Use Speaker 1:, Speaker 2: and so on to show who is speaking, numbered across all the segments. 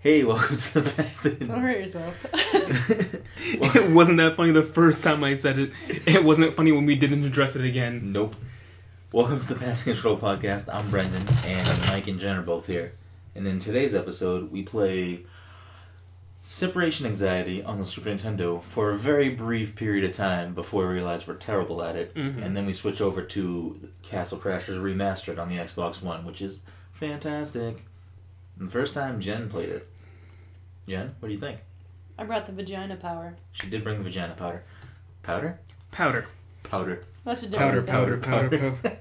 Speaker 1: Hey, welcome to the Fast and-
Speaker 2: Don't hurt yourself.
Speaker 3: it wasn't that funny the first time I said it. It wasn't funny when we didn't address it again.
Speaker 1: Nope. Welcome to the Pass Control Podcast. I'm Brendan, and Mike and Jen are both here. And in today's episode, we play Separation Anxiety on the Super Nintendo for a very brief period of time before we realize we're terrible at it.
Speaker 2: Mm-hmm.
Speaker 3: Mhm.
Speaker 1: And then we switch over to Castle Crashers Remastered on the Xbox One, which is fantastic. And the first time Jen played it. Jen, what do you think?
Speaker 2: I brought the vagina power.
Speaker 1: She did bring the vagina powder. Powder?
Speaker 3: Powder.
Speaker 1: Powder.
Speaker 2: That's a
Speaker 3: Powder,
Speaker 2: different thing.
Speaker 3: powder, powder, powder.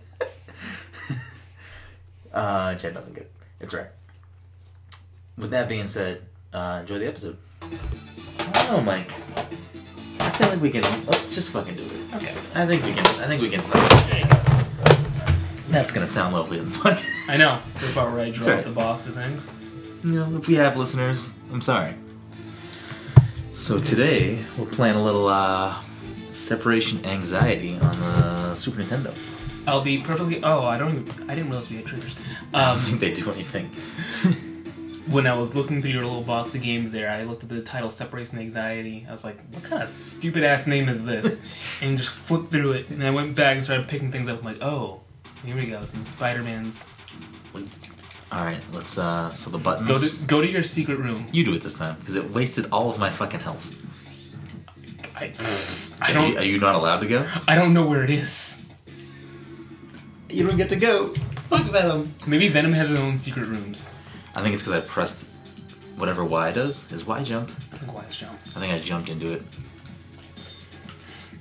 Speaker 1: Uh, Jen doesn't get it. It's right. With that being said, uh, enjoy the episode. I don't know, Mike. I feel like we can. Let's just fucking do it.
Speaker 3: Okay.
Speaker 1: I think we can. I think we can. Fucking, that's gonna sound lovely in the podcast.
Speaker 3: I know. The part where I
Speaker 1: It's
Speaker 3: draw
Speaker 1: alright.
Speaker 3: the boss and things.
Speaker 1: You know, if we have listeners, I'm sorry. So today we're playing a little uh, separation anxiety on the Super Nintendo.
Speaker 3: I'll be perfectly. Oh, I don't. Even, I didn't realize we had triggers.
Speaker 1: I don't
Speaker 3: Um,
Speaker 1: think they do anything.
Speaker 3: when I was looking through your little box of games there, I looked at the title "Separation Anxiety." I was like, "What kind of stupid ass name is this?" and just flipped through it, and I went back and started picking things up. I'm like, "Oh, here we go. Some Spider-Man's.
Speaker 1: All right, let's. uh So the buttons.
Speaker 3: Go to go to your secret room."
Speaker 1: You do it this time because it wasted all of my fucking health.
Speaker 3: I, I
Speaker 1: Are you,
Speaker 3: don't.
Speaker 1: are you not allowed to go?
Speaker 3: I don't know where it is.
Speaker 1: You don't get to go. Fuck Venom.
Speaker 3: Maybe Venom has his own secret rooms.
Speaker 1: I think it's because I pressed whatever Y does. Is Y jump?
Speaker 3: I think Wise Jump.
Speaker 1: I think I jumped into it.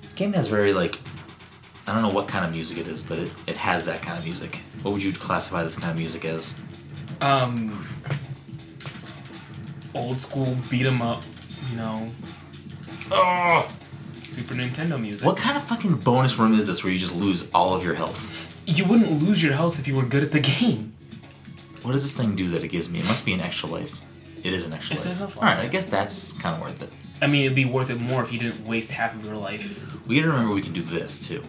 Speaker 1: This game has very like, I don't know what kind of music it is, but it, it has that kind of music. What would you classify this kind of music as?
Speaker 3: Um, old school beat 'em up. You know. Oh, Super Nintendo music.
Speaker 1: What kind of fucking bonus room is this where you just lose all of your health?
Speaker 3: You wouldn't lose your health if you were good at the game.
Speaker 1: What does this thing do that it gives me? It must be an extra life. It is an extra
Speaker 3: It's
Speaker 1: life.
Speaker 3: enough
Speaker 1: All right,
Speaker 3: life.
Speaker 1: I guess that's kind of worth it.
Speaker 3: I mean, it'd be worth it more if you didn't waste half of your life.
Speaker 1: We gotta remember we can do this too.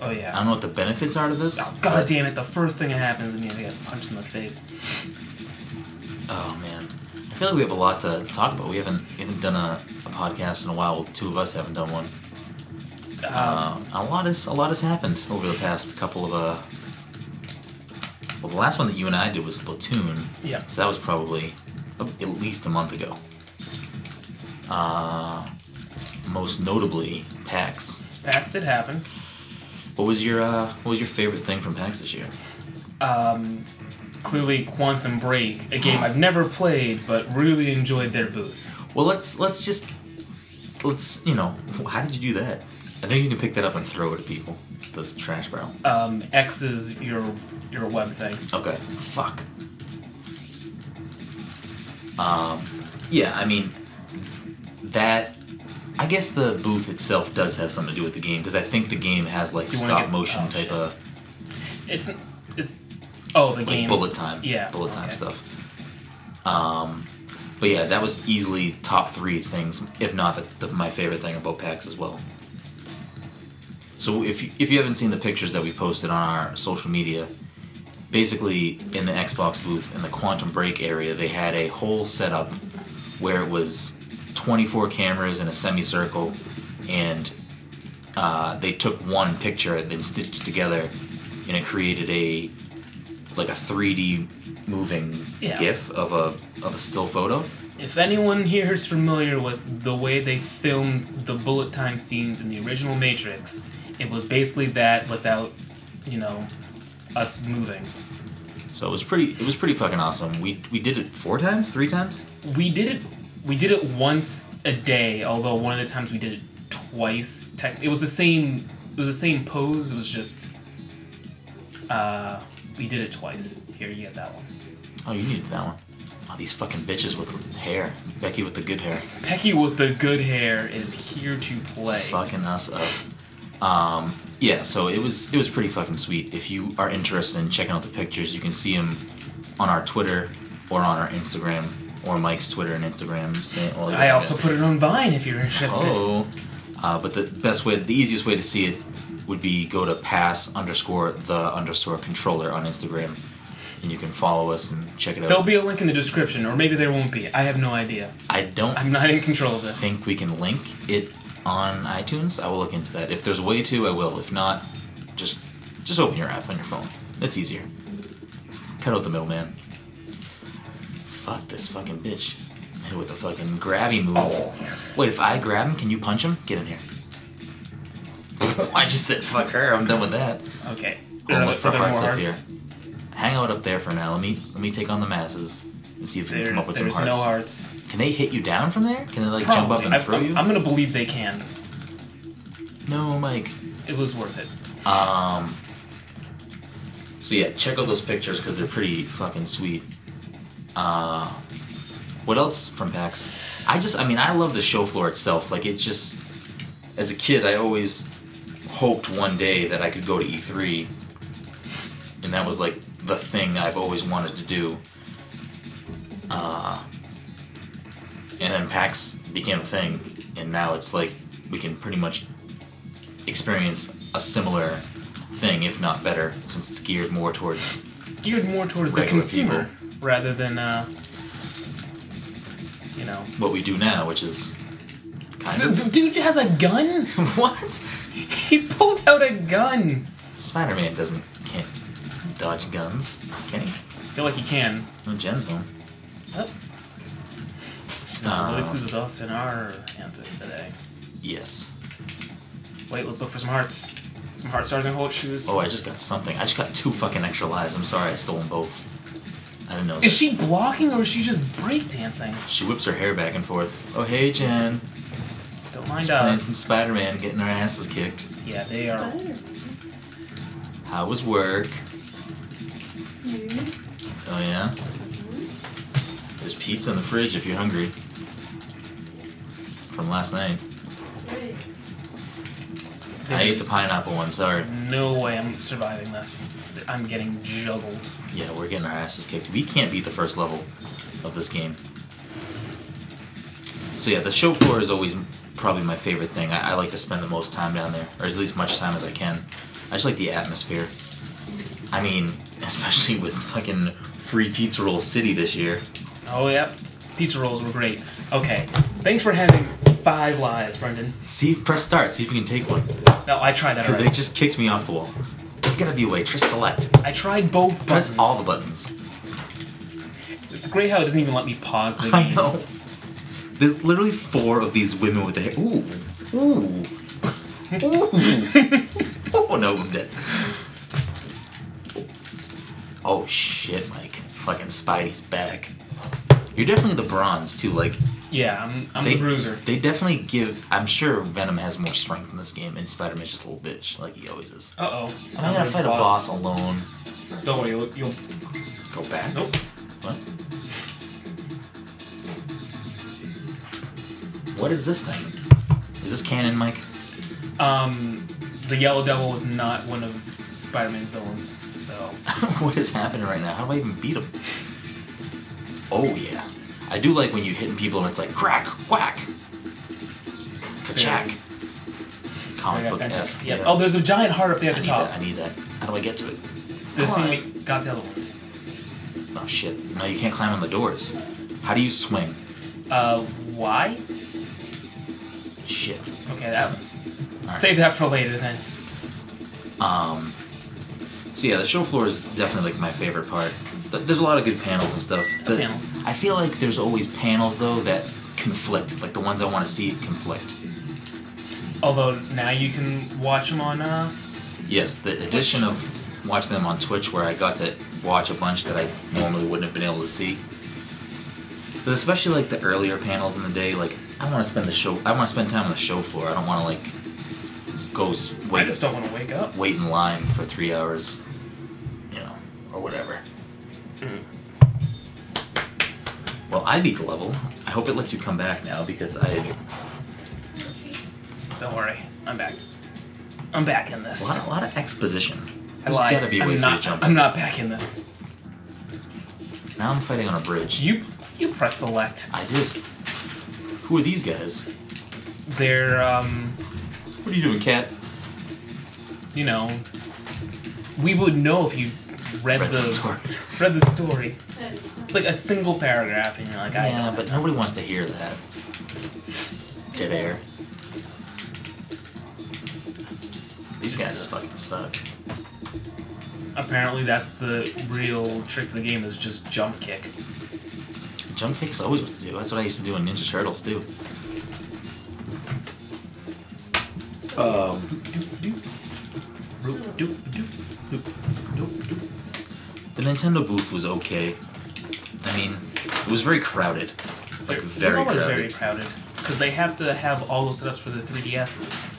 Speaker 3: Oh
Speaker 1: I
Speaker 3: yeah.
Speaker 1: don't know what the benefits are to this.
Speaker 3: Oh, God damn it! The first thing that happens, I mean, I got punched in the face.
Speaker 1: Oh man, I feel like we have a lot to talk about. We haven't we haven't done a, a podcast in a while. The two of us haven't done one.
Speaker 3: Um,
Speaker 1: Uh, a lot has a lot has happened over the past couple of uh. Well, the last one that you and I did was Splatoon,
Speaker 3: Yeah.
Speaker 1: so that was probably a- at least a month ago. Uh, most notably, PAX.
Speaker 3: Pax did happen.
Speaker 1: What was your uh, What was your favorite thing from PAX this year?
Speaker 3: Um, clearly, Quantum Break, a game I've never played but really enjoyed their booth.
Speaker 1: Well, let's let's just let's you know how did you do that? I think you can pick that up and throw it at people. This trash barrel.
Speaker 3: Um, X is your your web thing.
Speaker 1: Okay. Fuck. Um. Yeah. I mean, that. I guess the booth itself does have something to do with the game because I think the game has like
Speaker 3: Do you wanna
Speaker 1: stop
Speaker 3: get-
Speaker 1: motion
Speaker 3: oh,
Speaker 1: type
Speaker 3: shit.
Speaker 1: of
Speaker 3: It's it's oh the
Speaker 1: like
Speaker 3: game
Speaker 1: bullet time.
Speaker 3: Yeah,
Speaker 1: Bullet time
Speaker 3: okay.
Speaker 1: stuff. Um. But yeah, that was easily top three things, if not the, the, my favorite thing about PAX as well. So if you, if you haven't seen the pictures that we posted on our social media, basically in the Xbox booth in the Quantum Break area, they had a whole setup where it was 24 cameras in a semicircle, and uh, they took one picture and then stitched it together, and it created a like a 3D moving
Speaker 3: Yeah.
Speaker 1: GIF of a of a still photo.
Speaker 3: If anyone here is familiar with the way they filmed the bullet time scenes in the original Matrix, it was basically that without, you know, us moving.
Speaker 1: So it was pretty it was pretty fucking awesome. We we did it four times, three times.
Speaker 3: We did it. We did it once a day. Although one of the times we did it twice. Tech, it was the same. It was the same pose. It was just. Uh, we did it twice. Here, you get that one.
Speaker 1: Oh, you needed that one. Oh, these fucking bitches with hair. Becky with the good hair.
Speaker 3: Pecky with the good hair is here to play.
Speaker 1: Fucking us up. Um, yeah, so it was it was pretty fucking sweet. If you are interested in checking out the pictures, you can see them on our Twitter or on our Instagram or Mike's Twitter and Instagram. Saying, well, he
Speaker 3: I
Speaker 1: doesn't
Speaker 3: also
Speaker 1: have-
Speaker 3: put it on Vine if you're interested.
Speaker 1: Oh, uh, but the best way, the easiest way to see it would be go to pass underscore the underscore controller on Instagram, and you can follow us and check it out.
Speaker 3: There'll be a link in the description, or maybe there won't be. I have no idea.
Speaker 1: I don't
Speaker 3: I'm not in control of this.
Speaker 1: think we can link it on iTunes. I will look into that. If there's a way to, I will. If not, just just open your app on your phone. It's easier. Cut out the middleman. Fuck this fucking bitch. Hit with the fucking grabby move.
Speaker 3: Oh.
Speaker 1: Wait, if I grab him, can you punch him? Get in here. I just said fuck her. I'm done with that.
Speaker 3: Okay.
Speaker 1: I'll
Speaker 3: Uh,
Speaker 1: look for
Speaker 3: there are
Speaker 1: hearts
Speaker 3: more
Speaker 1: up here.
Speaker 3: hearts.
Speaker 1: Hang out up there for now. Let me let me take on the masses and see if we can
Speaker 3: There-
Speaker 1: come up with some
Speaker 3: there's
Speaker 1: hearts.
Speaker 3: no hearts.
Speaker 1: Can they hit you down from there? Can they like jump up
Speaker 3: Probably.
Speaker 1: and
Speaker 3: I,
Speaker 1: throw you?
Speaker 3: I'm, I'm gonna believe they can.
Speaker 1: No, Mike.
Speaker 3: It was worth it.
Speaker 1: Um. So yeah, check out those pictures because they're pretty fucking sweet. Uh, what else from PAX? I just, I mean, I love the show floor itself. Like, it just, as a kid, I always hoped one day that I could go to E3, and that was like the thing I've always wanted to do. Uh, and then PAX became a thing, and now it's like we can pretty much experience a similar thing, if not better, since it's geared more towards
Speaker 3: It's geared more towards the
Speaker 1: Regular
Speaker 3: consumer rather than, uh, you know.
Speaker 1: what we do now, which is kind
Speaker 3: The, the
Speaker 1: of
Speaker 3: dude has a gun.
Speaker 1: what
Speaker 3: He pulled out a gun.
Speaker 1: Spider-Man doesn't can't dodge guns, can he?
Speaker 3: I feel like he can.
Speaker 1: No, Jen's home.
Speaker 3: Oh. She's not
Speaker 1: Uh.
Speaker 3: really pleased with us and our antics today.
Speaker 1: Um, Yes.
Speaker 3: Wait, let's look for some hearts. Some heart stars and hold shoes.
Speaker 1: Oh, I just got something. I just got two fucking extra lives. I'm sorry, I stole them both. I didn't know. That.
Speaker 3: Is she blocking or is she just breakdancing?
Speaker 1: She whips her hair back and forth. Oh hey, Jen.
Speaker 3: Don't mind
Speaker 1: Just playing some
Speaker 3: us.
Speaker 1: Spider-Man, getting our asses kicked.
Speaker 3: Yeah, they are.
Speaker 1: How was work? Oh yeah. There's pizza in the fridge if you're hungry. From last night. I ate the pineapple one, sorry.
Speaker 3: No way I'm surviving this. I'm getting juggled.
Speaker 1: Yeah, we're getting our asses kicked. We can't beat the first level of this game. So yeah, the show floor is always probably my favorite thing. I, I like to spend the most time down there, or as least much time as I can. I just like the atmosphere. I mean, especially with fucking free pizza roll city this year.
Speaker 3: Oh, yep. Pizza rolls were great. Okay. Thanks for having five lives, Brendan.
Speaker 1: See, press start. See if you can take one.
Speaker 3: No, I tried that
Speaker 1: Because they
Speaker 3: already.
Speaker 1: just kicked me off the wall. There's gotta be a way. Just select.
Speaker 3: I tried both
Speaker 1: Press
Speaker 3: buttons.
Speaker 1: all the buttons.
Speaker 3: It's great how it doesn't even let me pause the game.
Speaker 1: I know. There's literally four of these women with the hair. Ooh. Ooh. Ooh. oh, no, I'm dead. Oh, shit, Mike. Fucking Spidey's back. You're definitely the bronze, too. Like,
Speaker 3: Yeah, I'm, I'm
Speaker 1: they,
Speaker 3: the bruiser.
Speaker 1: they definitely give. I'm sure Venom has more strength in this game, and Spider Man's just a little bitch, like he always is.
Speaker 3: Uh oh.
Speaker 1: I'm gonna fight a boss alone.
Speaker 3: Don't worry, you'll, you'll.
Speaker 1: Go back.
Speaker 3: Nope.
Speaker 1: What? What is this thing? Is this canon, Mike?
Speaker 3: Um, the Yellow Devil was not one of Spider Man's villains, so.
Speaker 1: what is happening right now? How do I even beat him? Oh yeah, I do like when you hitting people and it's like crack, whack, it's a
Speaker 3: Very-
Speaker 1: check. Comic
Speaker 3: Very
Speaker 1: book esque.
Speaker 3: authentic. Yep. Oh, there's a giant heart up
Speaker 1: I
Speaker 3: there at the
Speaker 1: need
Speaker 3: top.
Speaker 1: that. I need that. How do I get to it?
Speaker 3: The
Speaker 1: Come
Speaker 3: same
Speaker 1: on.
Speaker 3: way got the other ones.
Speaker 1: Oh shit! No, you can't climb on the doors. How do you swing?
Speaker 3: Uh, why?
Speaker 1: Shit.
Speaker 3: Okay, that one.
Speaker 1: All right.
Speaker 3: Save that for later then.
Speaker 1: Um, so yeah, the show floor is definitely like my favorite part. But There's a lot of good panels and stuff. The-
Speaker 3: Panels.
Speaker 1: I feel like there's always panels though that conflict, like the ones I want to see conflict.
Speaker 3: Although now you can watch them on uh,
Speaker 1: Yes, the addition of watching them on Twitch, where I got to watch a bunch that I normally wouldn't have been able to see. But especially like the earlier panels in the day, like I want to spend the show. I want to spend time on the show floor. I don't want to like go s-
Speaker 3: I
Speaker 1: wait
Speaker 3: just don't want to wake up.
Speaker 1: wait in line for three hours, you know, or whatever. Well, I beat the level. I hope it lets you come back now because I.
Speaker 3: Don't worry, I'm back. I'm back in
Speaker 1: A
Speaker 3: this.
Speaker 1: lot, a lot of exposition.
Speaker 3: I
Speaker 1: There's
Speaker 3: lied.
Speaker 1: gotta be a
Speaker 3: I'm
Speaker 1: way for you
Speaker 3: not,
Speaker 1: to jump.
Speaker 3: I'm not back in this.
Speaker 1: Now I'm fighting on a bridge.
Speaker 3: You you press select.
Speaker 1: I did. Who are these guys?
Speaker 3: They're um,
Speaker 1: What are you doing, cat?
Speaker 3: you know, we would know if you read,
Speaker 1: read
Speaker 3: the,
Speaker 1: the story.
Speaker 3: read the story. It's like a single paragraph, and you're like, I
Speaker 1: yeah, but nobody wants to hear that. Dead air. These
Speaker 3: Just
Speaker 1: guys
Speaker 3: a-
Speaker 1: fucking suck.
Speaker 3: apparently that's the real trick to the game is just jump kick.
Speaker 1: Jump kicks always what to do. That's what I used to do in Ninja Turtles too. Um,
Speaker 3: Roop, doop, doop, doop, doop, doop.
Speaker 1: the Nintendo booth was okay. I mean, it was very crowded, like
Speaker 3: It was
Speaker 1: very
Speaker 3: always
Speaker 1: crowded.
Speaker 3: very crowded because they have to have all those setups for the 3DSs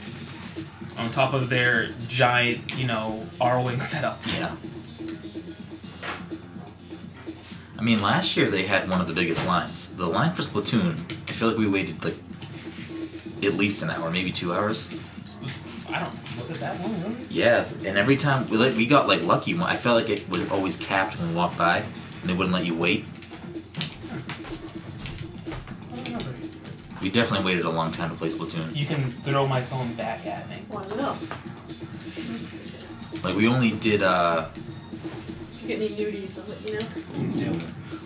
Speaker 3: on top of their giant, you know, R wing setup.
Speaker 1: Yeah. I mean, last year they had one of the biggest lines. The line for Splatoon, I feel like we waited like at least an hour, maybe two hours.
Speaker 3: I don't. Was it that long? Really?
Speaker 1: Yeah, and every time we like we got like lucky. one- I felt like it was always capped when we walked by, and they wouldn't let you wait.
Speaker 3: I don't remember.
Speaker 1: We definitely waited a long time to play Splatoon.
Speaker 3: You can throw my phone back at me.
Speaker 4: One will.
Speaker 1: Like we only did uh
Speaker 2: You get any nudies, I'll let you know.
Speaker 3: Please do.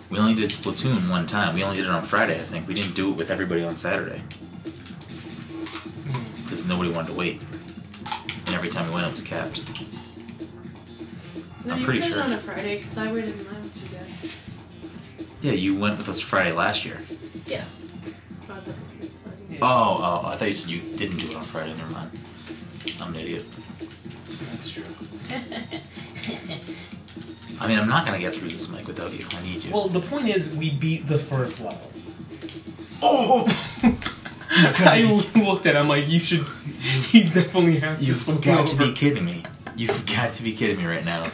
Speaker 1: we only did Splatoon one time. We only did it on Friday, I think. We didn't do it with everybody on Saturday
Speaker 3: Mm.
Speaker 1: because nobody wanted to wait. And every time we went, it was capped.
Speaker 2: No,
Speaker 1: I'm
Speaker 2: you
Speaker 1: pretty
Speaker 2: did it
Speaker 1: sure.
Speaker 2: on a Friday because I waited in line with you guys.
Speaker 1: Yeah, you went with us Friday last year.
Speaker 2: Yeah. But that's what you're talking about.
Speaker 3: Yeah.
Speaker 1: Oh, oh, I thought you said you didn't do it on Friday. Never mind. I'm an idiot.
Speaker 3: That's true.
Speaker 1: I mean, I'm not gonna get through this mic without you. I need you.
Speaker 3: Well, the point is, we beat the first level.
Speaker 1: oh,
Speaker 3: I looked at him like, you should. You definitely have to swim
Speaker 1: you've got to
Speaker 3: over.
Speaker 1: be kidding me. You've got to be kidding me right now.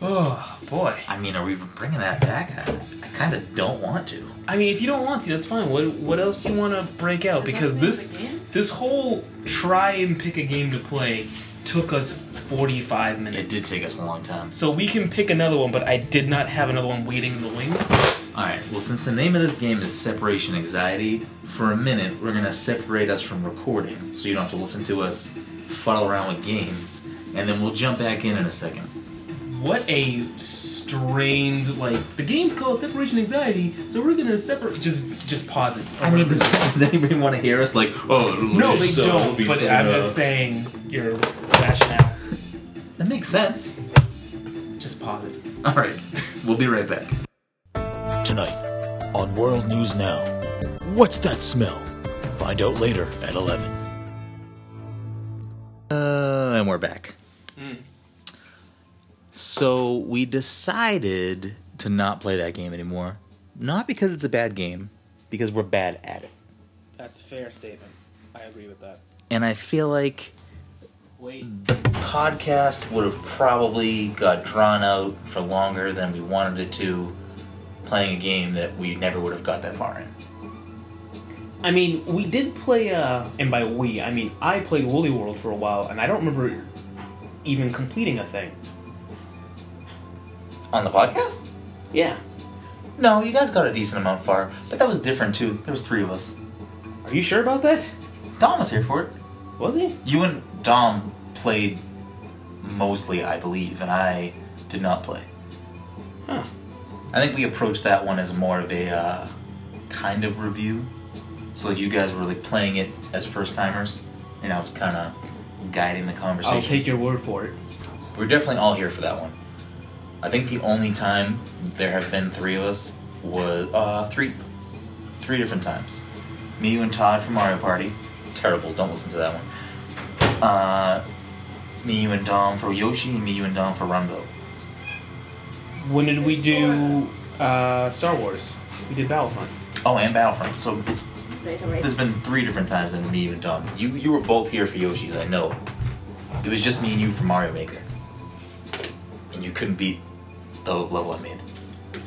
Speaker 3: Oh, boy.
Speaker 1: I mean, are we bringing that back? I, I kind of don't want to.
Speaker 3: I mean, if you don't want to, that's fine. What, what else do you want to break out?
Speaker 2: Is that
Speaker 3: Because
Speaker 2: the
Speaker 3: this
Speaker 2: name of
Speaker 3: this whole try and pick a game to play took us 45 minutes.
Speaker 1: It did take us a long time.
Speaker 3: So we can pick another one, but I did not have another one waiting in the wings.
Speaker 1: All right. Well, since the name of this game is separation anxiety, for a minute we're gonna separate us from recording, so you don't have to listen to us fuddle around with games, and then we'll jump back in in a second.
Speaker 3: What a strained like the game's called Separation Anxiety, so we're gonna separate. Just just pause it.
Speaker 1: I mean, does, does anybody want to hear us? Like, oh,
Speaker 3: no, they
Speaker 1: so
Speaker 3: don't.
Speaker 1: be
Speaker 3: But
Speaker 1: fucking,
Speaker 3: I'm
Speaker 1: uh,
Speaker 3: just saying your rationale.
Speaker 1: That makes sense.
Speaker 3: Just pause it.
Speaker 1: All right, we'll be right back.
Speaker 5: Tonight on World News Now. What's that smell? Find out later at 11.
Speaker 1: Uh, and we're back.
Speaker 3: Hmm.
Speaker 1: So we decided to not play that game anymore. Not because it's a bad game, because we're bad at it.
Speaker 3: That's fair statement. I agree with that.
Speaker 1: And I feel like
Speaker 3: Wait.
Speaker 1: podcast would have probably got drawn out for longer than we wanted it to, playing a game that we never would have got that far in.
Speaker 3: I mean, we did play, uh, and by we, I mean I played Woolly World for a while, and I don't remember even completing a thing.
Speaker 1: On the podcast?
Speaker 3: Yeah.
Speaker 1: No, you guys got a decent amount far, but that was different too. There was three of us.
Speaker 3: Are you sure about that?
Speaker 1: Dom was here for it.
Speaker 3: Was he?
Speaker 1: You and Dom played mostly, I believe, and I did not play.
Speaker 3: Huh.
Speaker 1: I think we approached that one as more of a uh, kind of review. So like you guys were like playing it as first timers, and I was kind of guiding the conversation.
Speaker 3: I'll take your word for it.
Speaker 1: We're definitely all here for that one. I think the only time there have been three of us was uh, three, three different times. Me, you, and Todd from Mario Party. Terrible. Don't listen to that one. Uh, me, you, and Dom for Yoshi, and me, you, and Dom for Rumbo.
Speaker 3: When did we
Speaker 2: It's
Speaker 3: do
Speaker 2: for
Speaker 3: uh, Star Wars? We did Battlefront.
Speaker 1: Oh, and Battlefront. So it's
Speaker 2: Beta, right?
Speaker 1: there's been three different times than me, you, and Dom. You you were both here for Yoshi's. I know. It was just me and you for Mario Maker, and you couldn't beat the level I made.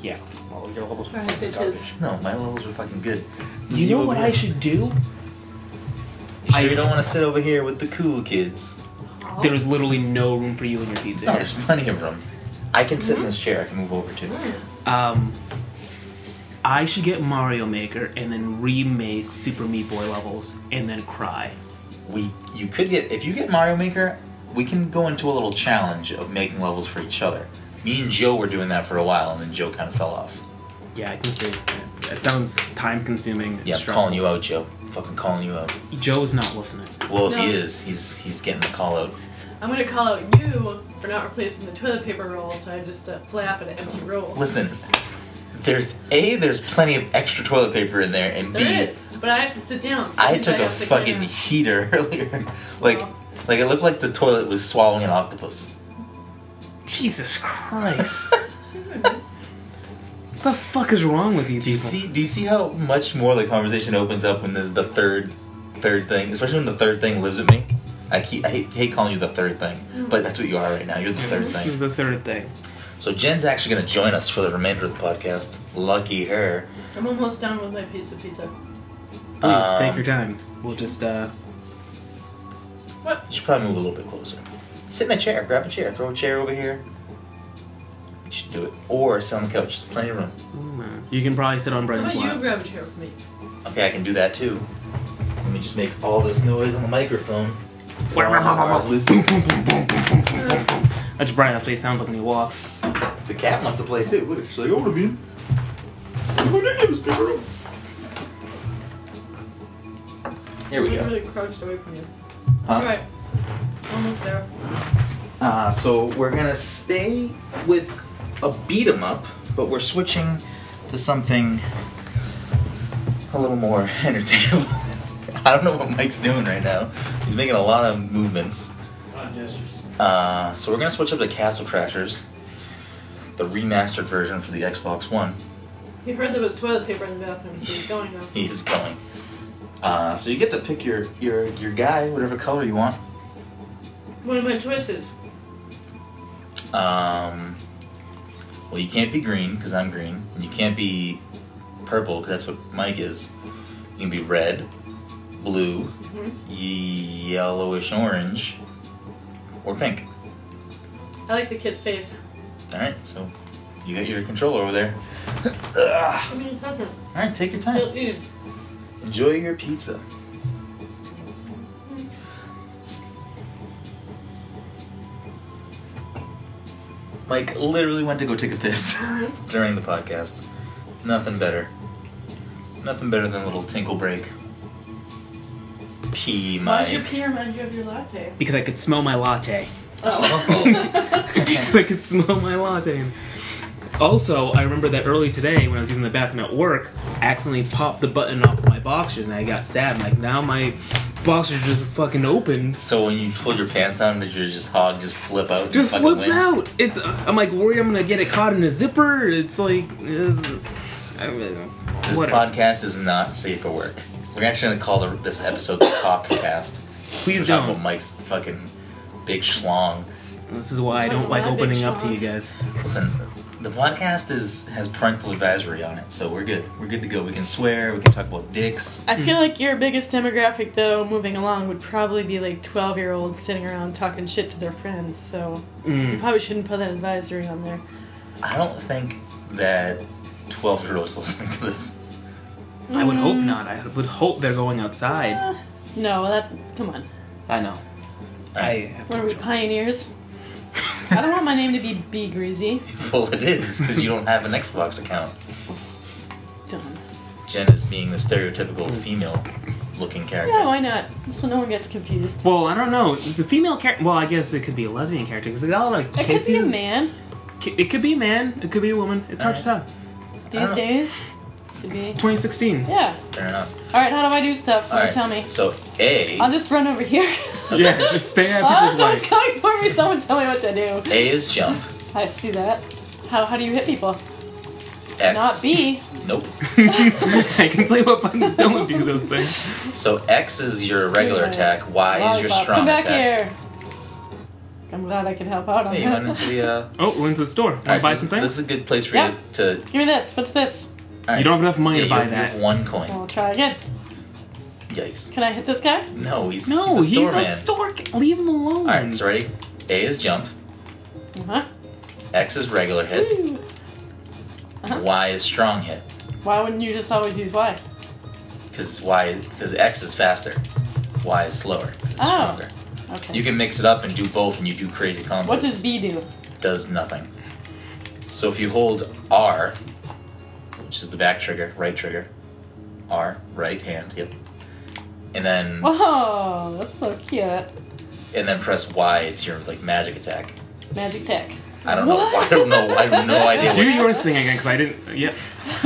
Speaker 3: Yeah. Well, your levels were
Speaker 2: Alright,
Speaker 3: fucking
Speaker 2: bitches.
Speaker 3: garbage.
Speaker 1: No, my levels were fucking good.
Speaker 3: You know what I should do?
Speaker 1: I
Speaker 3: I
Speaker 1: sure don't
Speaker 3: s-
Speaker 1: want to sit over here with the cool kids.
Speaker 2: Oh.
Speaker 3: There is literally no room for you and your pizza.
Speaker 1: No,
Speaker 3: here.
Speaker 1: there's plenty of room. I can sit in this chair. I can move over too.
Speaker 3: Um, I should get Mario Maker and then remake Super Meat Boy levels and then cry.
Speaker 1: We, you could get if you get Mario Maker, we can go into a little challenge of making levels for each other. Me and Joe were doing that for a while, and then Joe kind of fell off.
Speaker 3: Yeah, I can see. it. It sounds time consuming.
Speaker 1: Yeah, I'm calling you out, Joe. Fucking calling you out.
Speaker 3: Joe's not listening.
Speaker 1: Well, if
Speaker 2: No.
Speaker 1: he is, he's he's getting the call out.
Speaker 2: I'm gonna call out you for not replacing the toilet paper roll, so I just uh, flap at an empty roll.
Speaker 1: Listen, there's a there's plenty of extra toilet paper in there, and b I
Speaker 2: There is, but I have to sit down. so
Speaker 1: took
Speaker 2: I
Speaker 1: a
Speaker 2: have to clean
Speaker 1: fucking
Speaker 2: up.
Speaker 1: heater earlier. like
Speaker 2: Well.
Speaker 1: like it looked like the toilet was swallowing an octopus.
Speaker 3: Jesus Christ. the fuck is wrong with you
Speaker 1: Do you
Speaker 3: people?
Speaker 1: see do you see how much more the conversation opens up when there's the third third thing, especially when the third thing lives with me? I keep I hate, hate calling you the third thing, but that's what you are right now. You're the third thing.
Speaker 3: The third thing.
Speaker 1: So Jen's actually going to join us for the remainder of the podcast. Lucky her.
Speaker 2: I'm almost done with my piece of pizza.
Speaker 3: Please take
Speaker 1: Um,
Speaker 3: your time. We'll just uh
Speaker 1: You should probably move a little bit closer. Sit in a chair. Grab a chair. Throw a chair over here. You should do it. Or sit on the couch. There's plenty of room.
Speaker 3: you can probably sit on
Speaker 2: How
Speaker 3: Brendan's
Speaker 2: about you
Speaker 3: lap.
Speaker 2: grab a chair for me?
Speaker 1: Okay, I can do that too. Let me just make all this noise on the microphone. For our listeners.
Speaker 3: That's Brian, that's what he sounds like when he walks.
Speaker 1: the cat wants to play too. Look, she's like, "Oh, I want to be in. Here we
Speaker 2: I'm
Speaker 1: go.
Speaker 2: really crouched away from you.
Speaker 1: Huh?
Speaker 2: Alright. Almost there.
Speaker 1: Uh, so we're gonna stay with a beat 'em up, but we're switching to something a little more entertaining. I don't know what Mike's doing right now. He's making a lot of movements. Uh, so we're gonna switch up to Castle Crashers, the remastered version for the Xbox One.
Speaker 2: You heard there was toilet paper in the bathroom, so he's going now.
Speaker 1: He is going. Uh, so you get to pick your, your your guy, whatever color you want.
Speaker 2: One of my choices.
Speaker 1: Um, well, you can't be green because I'm green, and you can't be purple because that's what Mike is. You can be red, blue, ye- yellowish orange, or pink.
Speaker 2: I like the kiss face.
Speaker 1: All right, so you got your control over there.
Speaker 2: I mean, nothing.
Speaker 1: All right, take your time.
Speaker 2: You'll eat.
Speaker 1: Enjoy your pizza. Mike literally went to go take a piss during the podcast. Nothing better. Nothing better than a little tinkle break. Pee,
Speaker 2: Why did
Speaker 1: Mike.
Speaker 2: your pee remind you of your latte?
Speaker 3: Because I could smell my latte.
Speaker 1: Oh.
Speaker 3: I could smell my latte. And also, I remember that early today when I was using the bathroom at work, I accidentally popped the button off my boxers and I got sad. Like now my boxers just fucking open.
Speaker 1: so when you pull your pants down, did your just hog just flip out? and
Speaker 3: Just
Speaker 1: fucking
Speaker 3: flips
Speaker 1: land?
Speaker 3: out. It's I'm like worried I'm gonna get it caught in a zipper. It's like it's, I really don't.
Speaker 1: This
Speaker 3: whatever.
Speaker 1: podcast is not safe for work. We're actually gonna call the, this episode the Cockcast.
Speaker 3: Please
Speaker 1: We're talking
Speaker 3: don't.
Speaker 1: about Mike's fucking big schlong.
Speaker 3: This is why I
Speaker 2: Talking
Speaker 3: don't like
Speaker 2: about my big
Speaker 3: opening up to
Speaker 2: schlong.
Speaker 3: you guys.
Speaker 1: Listen, the podcast is has parental advisory on it, so we're good. We're good to go. We can swear. We can talk about dicks.
Speaker 2: I feel like your biggest demographic, though, moving along, would probably be like 12 year olds sitting around talking shit to their friends, so
Speaker 1: Mm.
Speaker 2: you probably shouldn't put that advisory on there.
Speaker 1: I don't think that twelve year olds listening to this.
Speaker 3: I would hope not. I would hope they're going outside.
Speaker 2: Uh, No, that. Come on.
Speaker 3: I know. I
Speaker 2: What are we, pioneers? I don't want my name to be B Greasy.
Speaker 1: Well, it is because you don't have an Xbox account.
Speaker 2: Done.
Speaker 1: Jen is being the stereotypical female looking
Speaker 2: Yeah,
Speaker 1: character.
Speaker 2: why not? So no one gets confused.
Speaker 3: well, I don't know. It's a female character. Well, I guess it could be a lesbian character because they all like
Speaker 2: It could
Speaker 3: kisses.
Speaker 2: be a man
Speaker 3: Ki- It could be a man. It could be a woman. It's hard to tell.
Speaker 2: these
Speaker 1: know.
Speaker 2: days. Could be.
Speaker 3: 2016.
Speaker 2: Yeah.
Speaker 1: Fair enough.
Speaker 2: All right. How do I do stuff?
Speaker 1: All
Speaker 2: Someone
Speaker 1: right.
Speaker 2: tell me.
Speaker 1: So A
Speaker 2: I'll just run over here.
Speaker 3: Yeah, just stay at
Speaker 2: oh,
Speaker 3: people's
Speaker 2: someone's
Speaker 3: way.
Speaker 2: coming for me. Someone tell me what to do.
Speaker 1: A is jump.
Speaker 2: I see that. How how do you hit people?
Speaker 1: X.
Speaker 2: Not B.
Speaker 1: Nope.
Speaker 3: I can tell you what buttons don't do those things.
Speaker 1: So X is your regular
Speaker 2: Suicide.
Speaker 1: attack. Y is your
Speaker 2: Lollipop.
Speaker 1: strong
Speaker 2: Come back
Speaker 1: attack.
Speaker 2: here. I'm glad I could help out on
Speaker 1: Hey, you went
Speaker 2: that.
Speaker 1: into the. Uh,
Speaker 3: Oh, we're into the store. Want
Speaker 1: alright,
Speaker 3: to buy
Speaker 1: so
Speaker 3: some
Speaker 1: this, this is
Speaker 3: things?
Speaker 1: a good place for
Speaker 2: Yeah.
Speaker 1: you to.
Speaker 2: Give me this. What's this?
Speaker 1: alright.
Speaker 3: You don't have enough money
Speaker 1: Yeah,
Speaker 3: to
Speaker 1: you
Speaker 3: buy
Speaker 1: have- you have
Speaker 3: that.
Speaker 1: one coin.
Speaker 2: I'll try again.
Speaker 1: Yikes.
Speaker 2: Can I hit this guy?
Speaker 1: No, he's
Speaker 3: No,
Speaker 1: he's a store
Speaker 3: he's
Speaker 1: man.
Speaker 3: a store. ca- Leave him alone.
Speaker 1: All right, so ready? A is jump.
Speaker 2: Uh
Speaker 1: X is regular hit.
Speaker 2: huh.
Speaker 1: Y is strong hit.
Speaker 2: Why wouldn't you just always use Y?
Speaker 1: Because Y because X is faster. Y is slower. 'cause It's
Speaker 2: Oh.
Speaker 1: stronger.
Speaker 2: Okay.
Speaker 1: You can mix it up and do both, and you do crazy combos.
Speaker 2: what does B do?
Speaker 1: does nothing. So if you hold R, which is the back trigger, right trigger, R, right hand, yep, and then
Speaker 2: Whoa, that's so cute.
Speaker 1: and then press Y, it's your like magic attack.
Speaker 2: Magic tech.
Speaker 1: I don't know. I
Speaker 2: What?
Speaker 1: don't know. I have no idea.
Speaker 3: Do
Speaker 1: What,
Speaker 3: yours thing again, because I didn't. uh, Yep.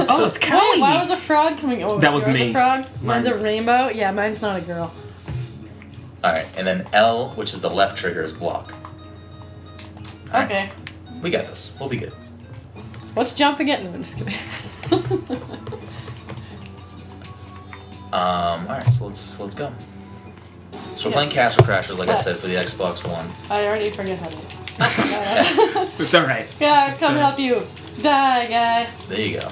Speaker 3: Oh, it's
Speaker 2: Wait, why was
Speaker 3: Callie.
Speaker 2: a frog coming over?
Speaker 3: That was me.
Speaker 2: A frog.
Speaker 3: Mine-
Speaker 2: Mine's a rainbow. Yeah, mine's not a girl.
Speaker 1: all right, and then L, which is the left trigger, is block. All right.
Speaker 2: Okay.
Speaker 1: We got this. We'll be good.
Speaker 2: What's jump again? No, I'm just kidding.
Speaker 1: Um, all right, so let's let's go. So we're
Speaker 2: Yes.
Speaker 1: playing Castle Crashers, like
Speaker 2: Yes.
Speaker 1: I said, for the Xbox One.
Speaker 2: I already forget how to.
Speaker 1: X.
Speaker 3: It's all right.
Speaker 2: Yeah, come
Speaker 3: uh,
Speaker 2: help you. Die, guy.
Speaker 1: There you go.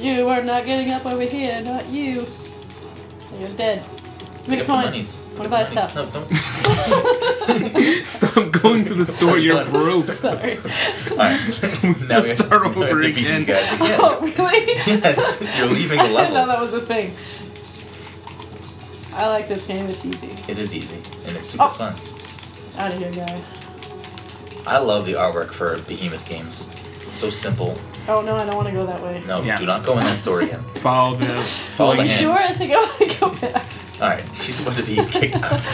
Speaker 2: You are not getting up over here, not you. You're dead.
Speaker 1: Pick
Speaker 2: Make a
Speaker 1: up the
Speaker 2: coin.
Speaker 1: monies. Pick
Speaker 2: Wanna
Speaker 1: up
Speaker 2: buy
Speaker 1: the monies.
Speaker 2: stuff?
Speaker 1: No, don't.
Speaker 3: Stop going to the store. You're broke.
Speaker 2: Sorry.
Speaker 1: Alright. now we have,
Speaker 3: start
Speaker 1: now we have
Speaker 3: over
Speaker 1: to beat
Speaker 3: again.
Speaker 1: these guys again.
Speaker 2: Oh, really?
Speaker 1: yes, you're leaving
Speaker 2: I
Speaker 1: the
Speaker 2: didn't know
Speaker 1: level.
Speaker 2: that was a thing. I like this game, it's easy.
Speaker 1: It is easy and it's super
Speaker 2: Oh.
Speaker 1: fun.
Speaker 2: Out of here, guy.
Speaker 1: I love the artwork for Behemoth games. It's so simple.
Speaker 2: Oh no, I don't want to go that way.
Speaker 1: No,
Speaker 3: Yeah.
Speaker 1: do not go in that store again.
Speaker 3: Follow the.
Speaker 1: Follow
Speaker 3: Follow
Speaker 1: the
Speaker 2: Are you
Speaker 1: hand.
Speaker 2: sure? I think I want to go back.
Speaker 1: All right, she's about to be kicked out of the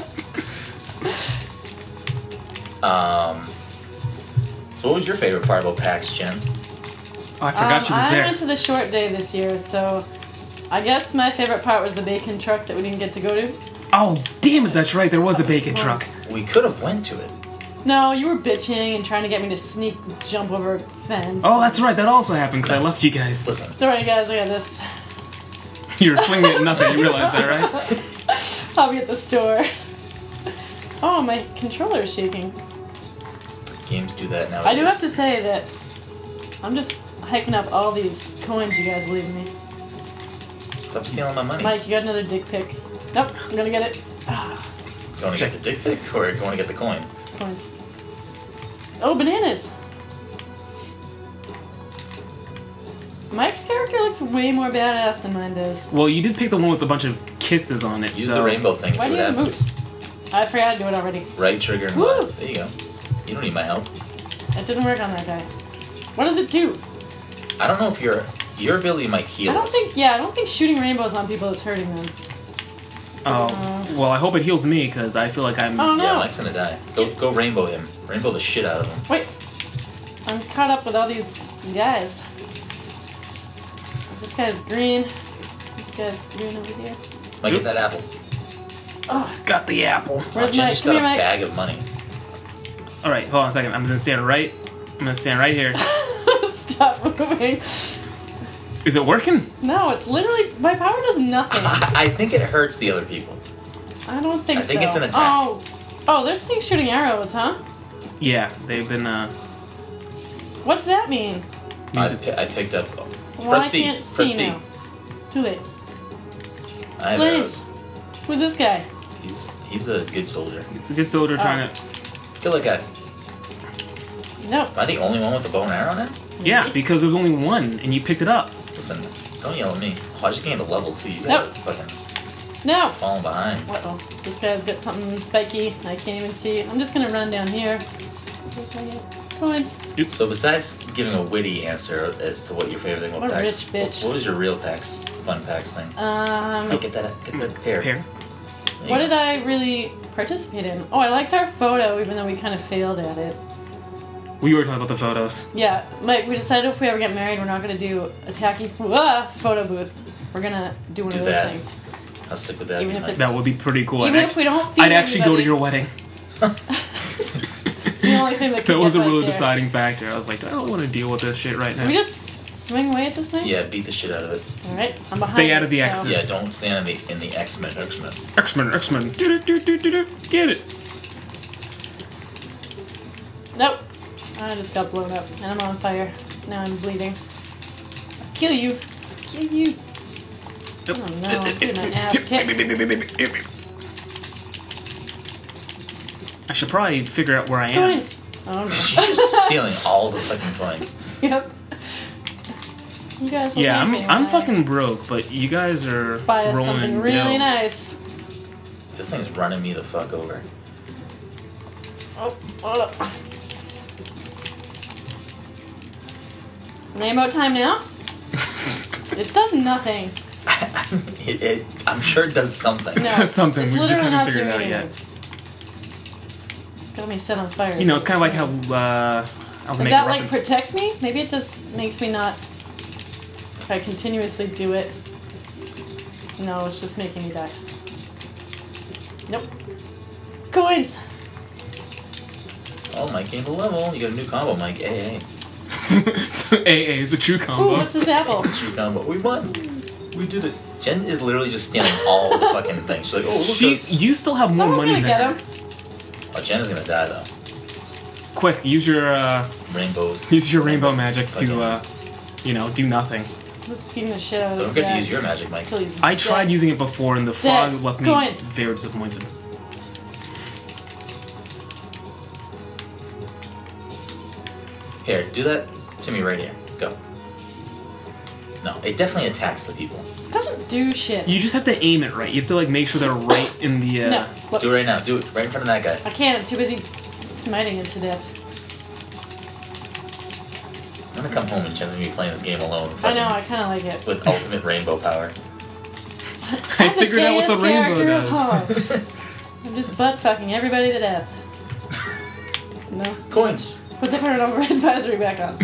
Speaker 1: podcast. Um, so what was your favorite part about PAX, Jen?
Speaker 3: Oh, I forgot
Speaker 2: Um,
Speaker 3: she
Speaker 2: I
Speaker 3: was there.
Speaker 2: went to the short day this year, so I guess my favorite part was the bacon truck that we didn't get to go to.
Speaker 3: oh, damn it! That's right. There was a bacon
Speaker 2: Well,
Speaker 3: truck.
Speaker 1: We could have went to it.
Speaker 2: No, you were bitching and trying to get me to sneak jump over a fence.
Speaker 3: Oh, that's right. That also happened because I left you guys.
Speaker 1: Listen,
Speaker 2: Sorry guys, I got this.
Speaker 3: You were swinging at nothing. You realize that, right?
Speaker 2: I'll be at the store. Oh, my controller is shaking.
Speaker 1: games do that nowadays.
Speaker 2: I do have to say that I'm just hyping up all these coins you guys leave me.
Speaker 1: Stop stealing my money.
Speaker 2: Mike, you got another dick pic. Nope, I'm gonna get it. Ah,
Speaker 1: Going to get the dick pic or going to get the coin?
Speaker 2: coins. Oh, bananas! Mike's character looks way more badass than mine does.
Speaker 3: Well, you did pick the one with a bunch of kisses on it.
Speaker 1: Use
Speaker 3: so
Speaker 1: the rainbow thing.
Speaker 2: Why
Speaker 1: see
Speaker 2: do
Speaker 1: what
Speaker 2: you have a
Speaker 1: happens.
Speaker 2: moose? I forgot to do it already.
Speaker 1: Right trigger and
Speaker 2: Woo!
Speaker 1: left. There you go. You don't need my help.
Speaker 2: It didn't work on that guy. What does it do?
Speaker 1: I don't know if your your ability might heal
Speaker 2: I don't
Speaker 1: us.
Speaker 2: think. Yeah, I don't think shooting rainbows on people is hurting them.
Speaker 3: Oh, well, I hope it heals me because I feel like I'm.
Speaker 2: Oh
Speaker 1: yeah,
Speaker 2: no!
Speaker 1: Mike's gonna die. Go go rainbow him. Rainbow the shit out of him.
Speaker 2: Wait, I'm caught up with all these guys. This guy's green. This guy's green over here.
Speaker 1: Mike, get that apple.
Speaker 3: Got the apple.
Speaker 1: Oh,
Speaker 2: Where's
Speaker 1: Jen
Speaker 2: Mike?
Speaker 1: just
Speaker 2: Come
Speaker 1: got a
Speaker 2: here, Mike.
Speaker 1: bag of money.
Speaker 3: All right, hold on a second. I'm just gonna stand right. I'm gonna stand right here.
Speaker 2: Stop moving.
Speaker 3: Is it working?
Speaker 2: No, it's literally my power does nothing.
Speaker 1: I, I think it hurts the other people.
Speaker 2: I don't think.
Speaker 1: I think
Speaker 2: so.
Speaker 1: it's an attack.
Speaker 2: Oh, oh, there's things shooting arrows, huh?
Speaker 3: Yeah, they've been. uh...
Speaker 2: What's that mean?
Speaker 1: I, pi- I picked up.
Speaker 2: Well,
Speaker 1: press
Speaker 2: I
Speaker 1: B.
Speaker 2: can't
Speaker 1: press
Speaker 2: see
Speaker 1: B.
Speaker 2: now. Too late.
Speaker 1: I have
Speaker 2: Flames.
Speaker 1: arrows.
Speaker 2: Who's this guy?
Speaker 1: He's he's a good soldier.
Speaker 3: It's a good soldier trying
Speaker 2: Oh.
Speaker 3: to.
Speaker 1: Kill that guy.
Speaker 2: No.
Speaker 1: Am I the only one with the bow and arrow now?
Speaker 3: Yeah, because there's only one, and you picked it up.
Speaker 1: Listen, don't yell at me. Oh, I just gained a level two. You guys
Speaker 2: Nope.
Speaker 1: are fucking
Speaker 2: No.
Speaker 1: falling behind.
Speaker 2: Uh oh. This guy's got something spiky. I can't even see. I'm just gonna run down here. Wait a second. Coins.
Speaker 3: Oops.
Speaker 1: So besides giving a witty answer as to what your favorite thing about
Speaker 2: What a
Speaker 1: PAX,
Speaker 2: rich bitch.
Speaker 1: what was your real PAX fun PAX thing?
Speaker 2: Um.
Speaker 1: Oh, get that, get that pair.
Speaker 3: Pair.
Speaker 2: What did I really participate in? Oh, I liked our photo, even though we kind of failed at it.
Speaker 3: We were talking about the photos.
Speaker 2: Yeah, Mike, we decided if we ever get married, we're not gonna do a tacky fo- ah, photo booth. We're gonna do one
Speaker 1: Do
Speaker 2: of those
Speaker 1: that.
Speaker 2: things.
Speaker 1: How sick would that
Speaker 2: Even
Speaker 1: be?
Speaker 2: if
Speaker 1: Like,
Speaker 3: That would be pretty cool.
Speaker 2: Even
Speaker 3: I'd
Speaker 2: if
Speaker 3: act-
Speaker 2: we don't feed
Speaker 3: I'd actually go to
Speaker 2: anybody.
Speaker 3: your wedding.
Speaker 2: It's the only thing that,
Speaker 3: That
Speaker 2: can
Speaker 3: was a
Speaker 2: get back
Speaker 3: really
Speaker 2: there.
Speaker 3: deciding factor. I was like, I don't want to deal with this shit right now.
Speaker 2: We just swing away at this thing.
Speaker 1: yeah, beat the shit out of it.
Speaker 2: All right. I'm behind.
Speaker 3: Stay out of the
Speaker 2: so-
Speaker 3: axis.
Speaker 1: Yeah, don't stand in the in the X Men. X Men.
Speaker 3: X-Men, X-Men. Do, do, do, do, do. Get it.
Speaker 2: Nope. I just got blown up, and I'm on fire. Now I'm bleeding. Kill you. Kill you.
Speaker 3: Nope.
Speaker 2: Oh no! I'm getting my ass kicked.
Speaker 3: I should probably figure out where I am.
Speaker 2: Coins. Oh no.
Speaker 1: She's just stealing all the fucking coins.
Speaker 2: Yep. You guys.
Speaker 3: Yeah, I'm,
Speaker 2: leave me
Speaker 3: I'm
Speaker 2: alone.
Speaker 3: fucking broke, but you guys are
Speaker 2: Buy us
Speaker 3: rolling.
Speaker 2: something really
Speaker 3: no.
Speaker 2: nice.
Speaker 1: This thing's running me the fuck over.
Speaker 2: Oh, hold up. Name out time now? it does nothing.
Speaker 1: It, it, I'm sure it does something.
Speaker 2: No.
Speaker 3: That's something
Speaker 2: it's
Speaker 3: we just
Speaker 2: literally
Speaker 3: haven't
Speaker 2: not
Speaker 3: figured
Speaker 2: doing
Speaker 3: out yet.
Speaker 2: anything. It's got me set on fire.
Speaker 3: You know, it's kind of like how uh, I
Speaker 2: Does
Speaker 3: was making
Speaker 2: that like
Speaker 3: reference.
Speaker 2: protect me? Maybe it just makes me not. If I continuously do it. No, it's just making me die. Nope. Coins!
Speaker 1: Oh, Mike gained a level. You got a new combo, Mike. Hey, hey,
Speaker 3: so AA is a true
Speaker 2: Ooh,
Speaker 3: combo.
Speaker 2: what's this apple?
Speaker 1: true combo. We won. We did it. Jen is literally just stealing all the fucking things. She's like, oh, look
Speaker 3: She,
Speaker 1: at-
Speaker 3: you still have more
Speaker 2: Someone's
Speaker 3: money
Speaker 2: gonna
Speaker 3: than
Speaker 2: get
Speaker 3: her.
Speaker 2: him.
Speaker 1: Oh, Jen is gonna die though.
Speaker 3: Quick, use your uh,
Speaker 1: Rainbow.
Speaker 3: use your rainbow magic to,
Speaker 1: Okay.
Speaker 3: uh, you know, do nothing.
Speaker 2: Who's beating the shit out of
Speaker 1: Don't
Speaker 2: this
Speaker 1: forget
Speaker 2: guy
Speaker 1: to use your magic, Mike.
Speaker 2: till he's
Speaker 3: I tried
Speaker 2: dead.
Speaker 3: using it before, and the frog
Speaker 2: Dead.
Speaker 3: left me
Speaker 2: Go in.
Speaker 3: very disappointed.
Speaker 1: Here, do that to me right here. Go. No, it definitely attacks the people.
Speaker 2: It doesn't do shit.
Speaker 3: You just have to aim it right. You have to like make sure they're right in the. Uh,
Speaker 2: No. What?
Speaker 1: Do it right now. Do it right in front of that guy.
Speaker 2: I can't. I'm too busy smiting him to death.
Speaker 1: I'm gonna come home and Jen's gonna be playing this game alone.
Speaker 2: I know.
Speaker 1: fucking-
Speaker 2: I kind of like it.
Speaker 1: With ultimate rainbow power.
Speaker 3: I
Speaker 2: I'm the
Speaker 3: figured out what the
Speaker 2: gayest
Speaker 3: rainbow
Speaker 2: character of
Speaker 3: does.
Speaker 2: all. I'm just butt fucking everybody to death. No.
Speaker 1: Coins.
Speaker 2: Put the parental advisory back on.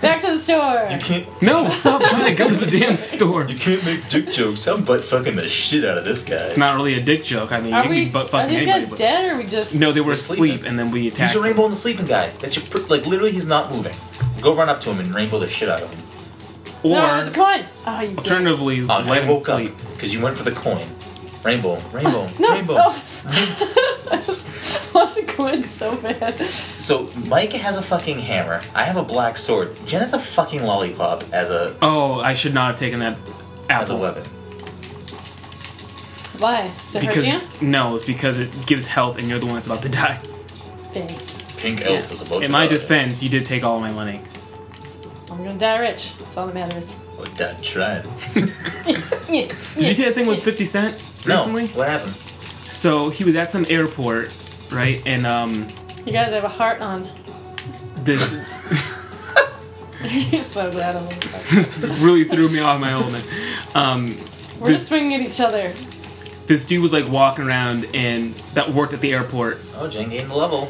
Speaker 2: back to the store.
Speaker 1: You can't.
Speaker 3: No, stop trying to go to the damn store.
Speaker 1: You can't make dick jokes. I'm butt fucking the shit out of this guy.
Speaker 3: It's not really a dick joke. I mean, you
Speaker 2: are
Speaker 3: can
Speaker 2: we?
Speaker 3: be butt
Speaker 2: are
Speaker 3: fucking
Speaker 2: these
Speaker 3: anybody.
Speaker 2: guys
Speaker 3: but-
Speaker 2: dead or are we just?
Speaker 3: No, they were
Speaker 1: They're sleeping.
Speaker 3: asleep, and then we
Speaker 1: Use
Speaker 3: attacked.
Speaker 1: your
Speaker 3: them.
Speaker 1: rainbow on the sleeping guy. That's your pr- like literally he's not moving. Go run up to him and rainbow the shit out of him.
Speaker 3: Or
Speaker 2: no, it was a coin. Oh, you. Did.
Speaker 3: alternatively,
Speaker 1: Oh,
Speaker 3: let
Speaker 1: I
Speaker 3: him
Speaker 1: woke
Speaker 3: sleep.
Speaker 1: up because you went for the coin. Rainbow, rainbow,
Speaker 2: No.
Speaker 1: rainbow.
Speaker 2: Oh.
Speaker 3: Uh-huh.
Speaker 2: I just want the coin so bad.
Speaker 1: So Mike has a fucking hammer. I have a black sword. Jen has a fucking lollipop as a
Speaker 3: Oh, I should not have taken that
Speaker 1: as a
Speaker 3: apple.
Speaker 1: weapon.
Speaker 2: Why? Is it
Speaker 3: Because
Speaker 2: hurting you?
Speaker 3: no, it's because it gives health, and you're the one that's about to die.
Speaker 2: Thanks.
Speaker 1: Pink elf is about
Speaker 3: In
Speaker 1: to
Speaker 3: my
Speaker 1: die.
Speaker 3: defense, you did take all my money.
Speaker 2: I'm gonna die rich. That's all that matters.
Speaker 1: Oh, dad tried.
Speaker 2: Yeah.
Speaker 3: Did you see that thing with 50 Cent
Speaker 1: No,
Speaker 3: recently?
Speaker 1: what happened?
Speaker 3: So he was at some airport, right? And um,
Speaker 2: You guys have a heart on.
Speaker 3: this
Speaker 2: You're so glad I'm on.
Speaker 3: really threw me off my element. Um,
Speaker 2: We're
Speaker 3: This-
Speaker 2: just swinging at each other.
Speaker 3: this dude was like walking around and that worked at the airport
Speaker 1: Oh, Jen gained a level.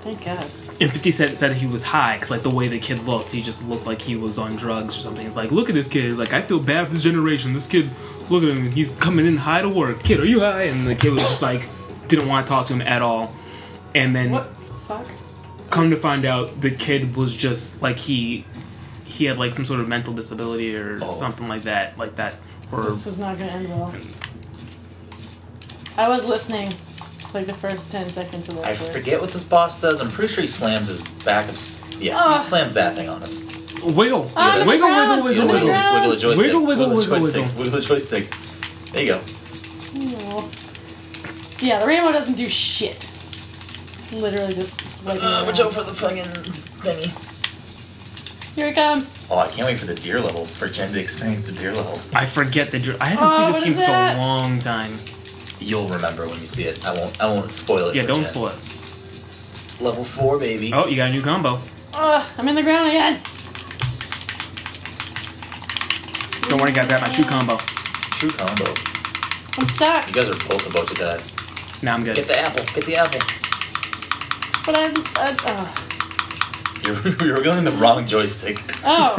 Speaker 2: Thank God.
Speaker 3: and 50 cent said he was high because like the way the kid looked he just looked like he was on drugs or something he's like look at this kid he's like i feel bad for this generation this kid look at him he's coming in high to work kid are you high and the kid was just like didn't want to talk to him at all and then
Speaker 2: What? Fuck.
Speaker 3: come to find out the kid was just like he he had like some sort of mental disability or
Speaker 1: Oh.
Speaker 3: something like that like that or
Speaker 2: This is not gonna end well. I was listening, like the first ten seconds of that
Speaker 1: I
Speaker 2: story.
Speaker 1: forget what this boss does. I'm pretty sure he slams his back of. s- Yeah,
Speaker 2: Ah.
Speaker 1: he slams that thing on us.
Speaker 3: wiggle
Speaker 2: On the ground,
Speaker 3: wiggle wiggle wiggle wiggle,
Speaker 2: on the
Speaker 1: wiggle,
Speaker 2: ground.
Speaker 1: wiggle the joystick.
Speaker 3: Wiggle, wiggle,
Speaker 1: the
Speaker 3: wiggle,
Speaker 1: joystick.
Speaker 3: wiggle.
Speaker 1: Wiggle the joystick. There you go.
Speaker 2: No. Yeah, the rainbow doesn't do shit. It's literally just swiping.
Speaker 1: Uh, watch
Speaker 2: around.
Speaker 1: out for the fucking thingy.
Speaker 2: Here it comes.
Speaker 1: Oh, I can't wait for the deer level. For Jen to experience the deer level.
Speaker 3: I forget the dr- I haven't
Speaker 2: Oh,
Speaker 3: played
Speaker 2: what
Speaker 3: this
Speaker 2: is
Speaker 3: game for a
Speaker 2: that?
Speaker 3: long time.
Speaker 1: You'll remember when you see it. I won't. I won't spoil it.
Speaker 3: Yeah,
Speaker 1: for
Speaker 3: don't
Speaker 1: Jen.
Speaker 3: spoil it.
Speaker 1: Level four, baby.
Speaker 3: Oh, you got a new combo.
Speaker 2: Ugh, I'm in the ground again.
Speaker 3: Don't worry, guys, I got my shoe combo.
Speaker 1: True combo.
Speaker 2: I'm stuck.
Speaker 1: You guys are both about to die.
Speaker 3: Now I'm
Speaker 1: Get
Speaker 3: good.
Speaker 1: the apple. Get the apple.
Speaker 2: But I'm. I, uh,
Speaker 1: You're, you're wiggling the wrong joystick.
Speaker 2: oh.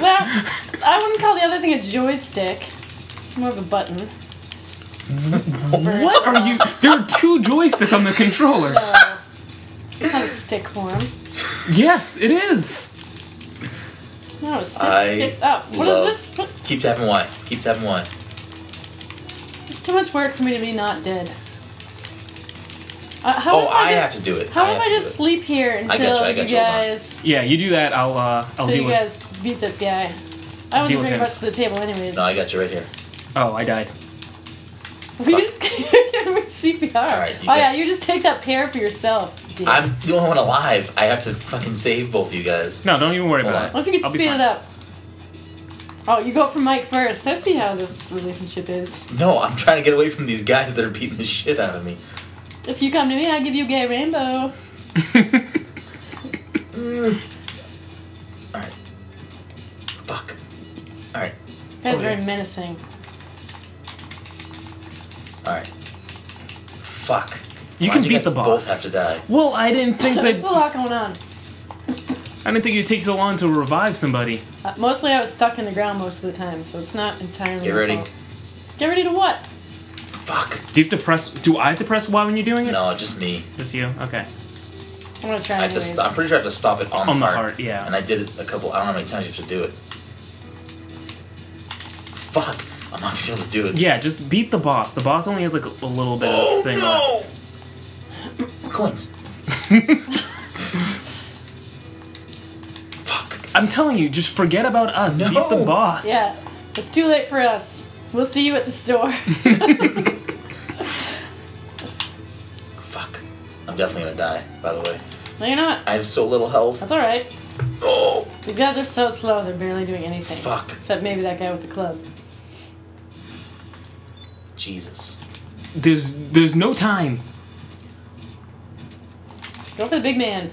Speaker 2: well, I wouldn't call the other thing a joystick. It's more of a button.
Speaker 3: What are you? There are two joysticks on the controller.
Speaker 2: It's not a stick form.
Speaker 3: Yes, it is.
Speaker 2: No, it stick,
Speaker 1: I
Speaker 2: sticks up. What is
Speaker 1: love-
Speaker 2: this? What,
Speaker 1: Keep tapping Y. Keep tapping Y.
Speaker 2: it's too much work for me to be not dead. Uh, how
Speaker 1: Oh,
Speaker 2: if I,
Speaker 1: I
Speaker 2: just,
Speaker 1: have to do it.
Speaker 2: How
Speaker 1: I
Speaker 2: am
Speaker 1: have
Speaker 2: I
Speaker 1: to
Speaker 2: just
Speaker 1: do it.
Speaker 2: sleep here until
Speaker 1: gotcha, I gotcha,
Speaker 2: you
Speaker 1: hold on.
Speaker 2: guys?
Speaker 3: Yeah, you do that. I'll uh,
Speaker 2: Until
Speaker 3: I'll deal
Speaker 2: you
Speaker 3: with.
Speaker 2: guys beat this guy. I
Speaker 3: Deal
Speaker 2: wasn't
Speaker 3: with
Speaker 2: bringing
Speaker 3: him.
Speaker 2: much to the table, anyways.
Speaker 1: No, I got you right here.
Speaker 3: Oh, I died.
Speaker 2: We just giving me
Speaker 1: Alright,
Speaker 2: CPR. oh
Speaker 1: you got-
Speaker 2: yeah, you just take that pair for yourself. Dude.
Speaker 1: I'm the only one alive. I have to fucking save both you guys.
Speaker 3: No, don't even worry about
Speaker 1: Alright.
Speaker 3: it.
Speaker 2: What if you could
Speaker 3: I'll be
Speaker 2: speed it
Speaker 3: fine.
Speaker 2: up? Oh, you go for Mike first. I see how this relationship is.
Speaker 1: No, I'm trying to get away from these guys that are beating the shit out of me.
Speaker 2: If you come to me, I give you gay rainbow.
Speaker 1: Alright. Fuck. Alright.
Speaker 2: That's
Speaker 1: Okay.
Speaker 2: very menacing.
Speaker 1: Alright. Fuck.
Speaker 3: You
Speaker 1: Why'd
Speaker 3: can beat
Speaker 1: guys
Speaker 3: the boss.
Speaker 1: Both have to die.
Speaker 3: Well, I didn't think
Speaker 2: There's a
Speaker 3: that.
Speaker 2: lot going on.
Speaker 3: I didn't think it'd take so long to revive somebody.
Speaker 2: Uh, mostly, I was stuck in the ground most of the time, so it's not entirely.
Speaker 1: Get
Speaker 2: my
Speaker 1: ready.
Speaker 2: fault. Get ready to what?
Speaker 1: Fuck.
Speaker 3: Do you have to press? Do I have to press Y when you're doing it?
Speaker 1: No, just me.
Speaker 3: Just you. Okay.
Speaker 2: I'm gonna try.
Speaker 1: I have to.
Speaker 2: anyways.
Speaker 1: St- I'm pretty sure I have to stop it on,
Speaker 3: On the
Speaker 1: heart.
Speaker 3: heart, yeah.
Speaker 1: And I did it a couple. I don't know how many times you have to do it. Fuck. I'm not gonna be able to do it.
Speaker 3: Yeah, just beat the boss. The boss only has like a little bit
Speaker 1: Oh
Speaker 3: of thing left.
Speaker 1: no! Coins. Fuck.
Speaker 3: I'm telling you, just forget about us.
Speaker 1: No.
Speaker 3: Beat the boss.
Speaker 2: Yeah, it's too late for us. We'll see you at the store.
Speaker 1: Fuck. I'm definitely gonna die. By the way,
Speaker 2: no, you're not.
Speaker 1: I have so little health.
Speaker 2: That's all right.
Speaker 1: Oh.
Speaker 2: These guys are so slow; they're barely doing anything.
Speaker 1: Fuck.
Speaker 2: Except maybe that guy with the club.
Speaker 1: Jesus.
Speaker 3: There's there's no time.
Speaker 2: Go for the big man.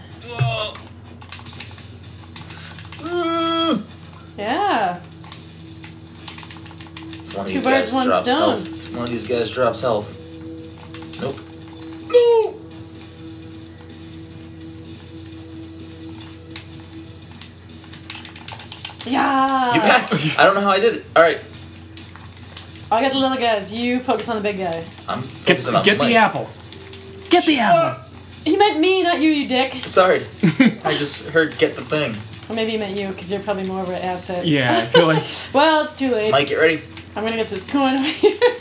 Speaker 2: Yeah.
Speaker 1: If one of
Speaker 2: Two
Speaker 1: these
Speaker 2: birds,
Speaker 1: guys
Speaker 2: one
Speaker 1: drops
Speaker 2: stone.
Speaker 1: health. if One of these guys drops health. Nope. No.
Speaker 2: Yeah.
Speaker 1: You back. I don't know how I did it. All right.
Speaker 2: I'll get the little guys. You focus on the big guy.
Speaker 1: I'm
Speaker 3: Get,
Speaker 1: focusing on
Speaker 3: get
Speaker 1: Mike.
Speaker 3: the apple. Get the apple.
Speaker 2: He meant me, not you, you dick.
Speaker 1: Sorry. I just heard get the thing.
Speaker 2: Or maybe he meant you, because you're probably more of an asset.
Speaker 3: Yeah, I feel like oh,
Speaker 2: Well, it's too late.
Speaker 1: Mike, get ready.
Speaker 2: I'm gonna get this coin over here.